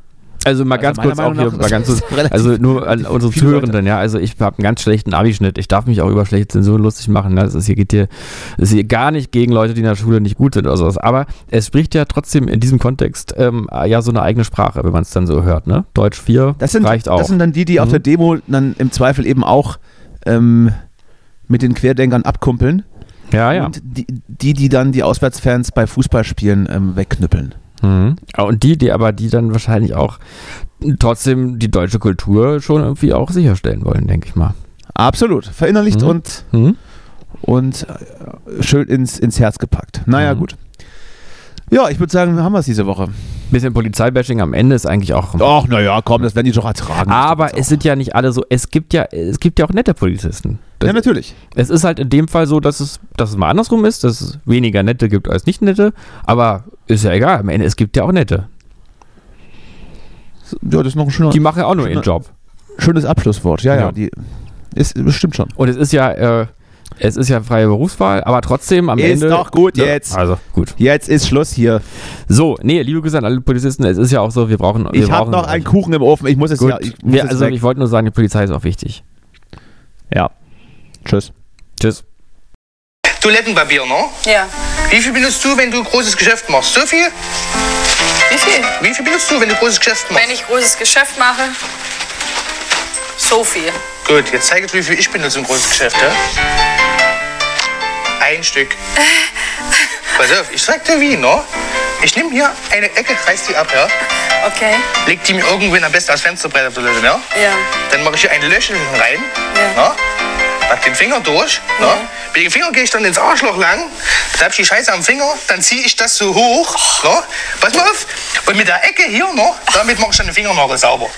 Speaker 4: Also mal ganz
Speaker 3: meiner
Speaker 4: kurz auch
Speaker 3: Meinung
Speaker 4: hier,
Speaker 3: nach
Speaker 4: mal
Speaker 3: ist
Speaker 4: ganz
Speaker 3: das
Speaker 4: kurz,
Speaker 3: relativ-
Speaker 4: also nur an unsere
Speaker 3: viele Leute.
Speaker 4: Zuhörenden, ja, also ich habe einen ganz schlechten Abischnitt. Ich darf mich auch über schlechte Zensuren lustig machen. ne? Das ist hier geht hier, das ist hier gar nicht gegen Leute, die in der Schule nicht gut sind oder sowas. Aber es spricht ja trotzdem in diesem Kontext ähm, ja so eine eigene Sprache, wenn man es dann so hört, ne? Deutsch 4
Speaker 3: Das sind,
Speaker 4: reicht auch.
Speaker 3: Das sind dann die, die auf
Speaker 4: Mhm.
Speaker 3: der Demo dann im Zweifel eben auch ähm, mit den Querdenkern abkumpeln
Speaker 4: ja, Ah, ja.
Speaker 3: und die, die, die dann die Auswärtsfans bei Fußballspielen ähm, wegknüppeln.
Speaker 4: Mhm. Und die, die aber die dann wahrscheinlich auch trotzdem die deutsche Kultur schon irgendwie auch sicherstellen wollen, denke ich mal.
Speaker 3: Absolut. Verinnerlicht
Speaker 4: Mhm.
Speaker 3: und,
Speaker 4: Mhm.
Speaker 3: und äh, schön ins, ins Herz gepackt. Naja,
Speaker 4: Mhm.
Speaker 3: gut. Ja, ich würde sagen, haben wir es diese Woche.
Speaker 4: Bisschen Polizeibashing am Ende ist eigentlich auch.
Speaker 3: Ach, naja, komm, das werden die doch ertragen.
Speaker 4: Aber
Speaker 3: es
Speaker 4: es sind ja nicht alle so. Es gibt ja, es gibt ja auch nette Polizisten. Das,
Speaker 3: Ja, natürlich.
Speaker 4: es ist halt in dem Fall so, dass es, dass es mal andersrum ist, dass es weniger nette gibt als nicht nette. Aber ist ja egal. Am Ende, es gibt ja auch nette.
Speaker 3: Ja, das ist noch ein schöner,
Speaker 4: Die machen ja auch nur ihren Job.
Speaker 3: schönes Abschlusswort. Ja, ja,
Speaker 4: Ja.
Speaker 3: die ist stimmt schon.
Speaker 4: Und es ist ja, äh, es ist ja freie Berufswahl, aber trotzdem am
Speaker 3: Ist
Speaker 4: Ende.
Speaker 3: doch gut jetzt.
Speaker 4: Also gut.
Speaker 3: Jetzt ist Schluss hier.
Speaker 4: So, nee, liebe Grüße an alle Polizisten. Es ist ja auch so, wir brauchen. Wir
Speaker 3: Ich habe
Speaker 4: brauchen also.
Speaker 3: noch einen Kuchen im Ofen. Ich muss es
Speaker 4: Gut.
Speaker 3: ja. Ich muss
Speaker 4: wir,
Speaker 3: es
Speaker 4: also
Speaker 3: weg.
Speaker 4: ich wollte nur sagen, die Polizei ist auch wichtig.
Speaker 3: ja. Tschüss.
Speaker 4: Tschüss.
Speaker 5: Toilettenpapier, ne?
Speaker 6: Ja.
Speaker 5: Wie viel benutzt du, wenn du großes Geschäft machst? So viel?
Speaker 6: Wie viel?
Speaker 5: Wie viel benutzt du, wenn du großes Geschäft machst?
Speaker 6: Wenn ich großes Geschäft mache, so viel.
Speaker 5: Gut, jetzt zeige ich dir, wie viel ich benutze im großes Geschäft, ja? Ein Stück. Pass auf, ich zeig dir wie, ne? Ich nehme hier eine Ecke, reiß die ab, ja?
Speaker 6: Okay?
Speaker 5: Leg die mir irgendwo hin, am besten als Fensterbrett auf der Toilette, ja?
Speaker 6: Ja.
Speaker 5: Dann mache ich hier ein Löchel rein,
Speaker 6: Ja.
Speaker 5: ne? Pack den Finger durch, ne? Mit dem Finger gehe ich dann ins Arschloch lang, bleib die Scheiße am Finger, dann ziehe ich das so hoch, ne? Pass mal auf. Und mit der Ecke hier noch, damit mache ich dann den Fingernagel sauber.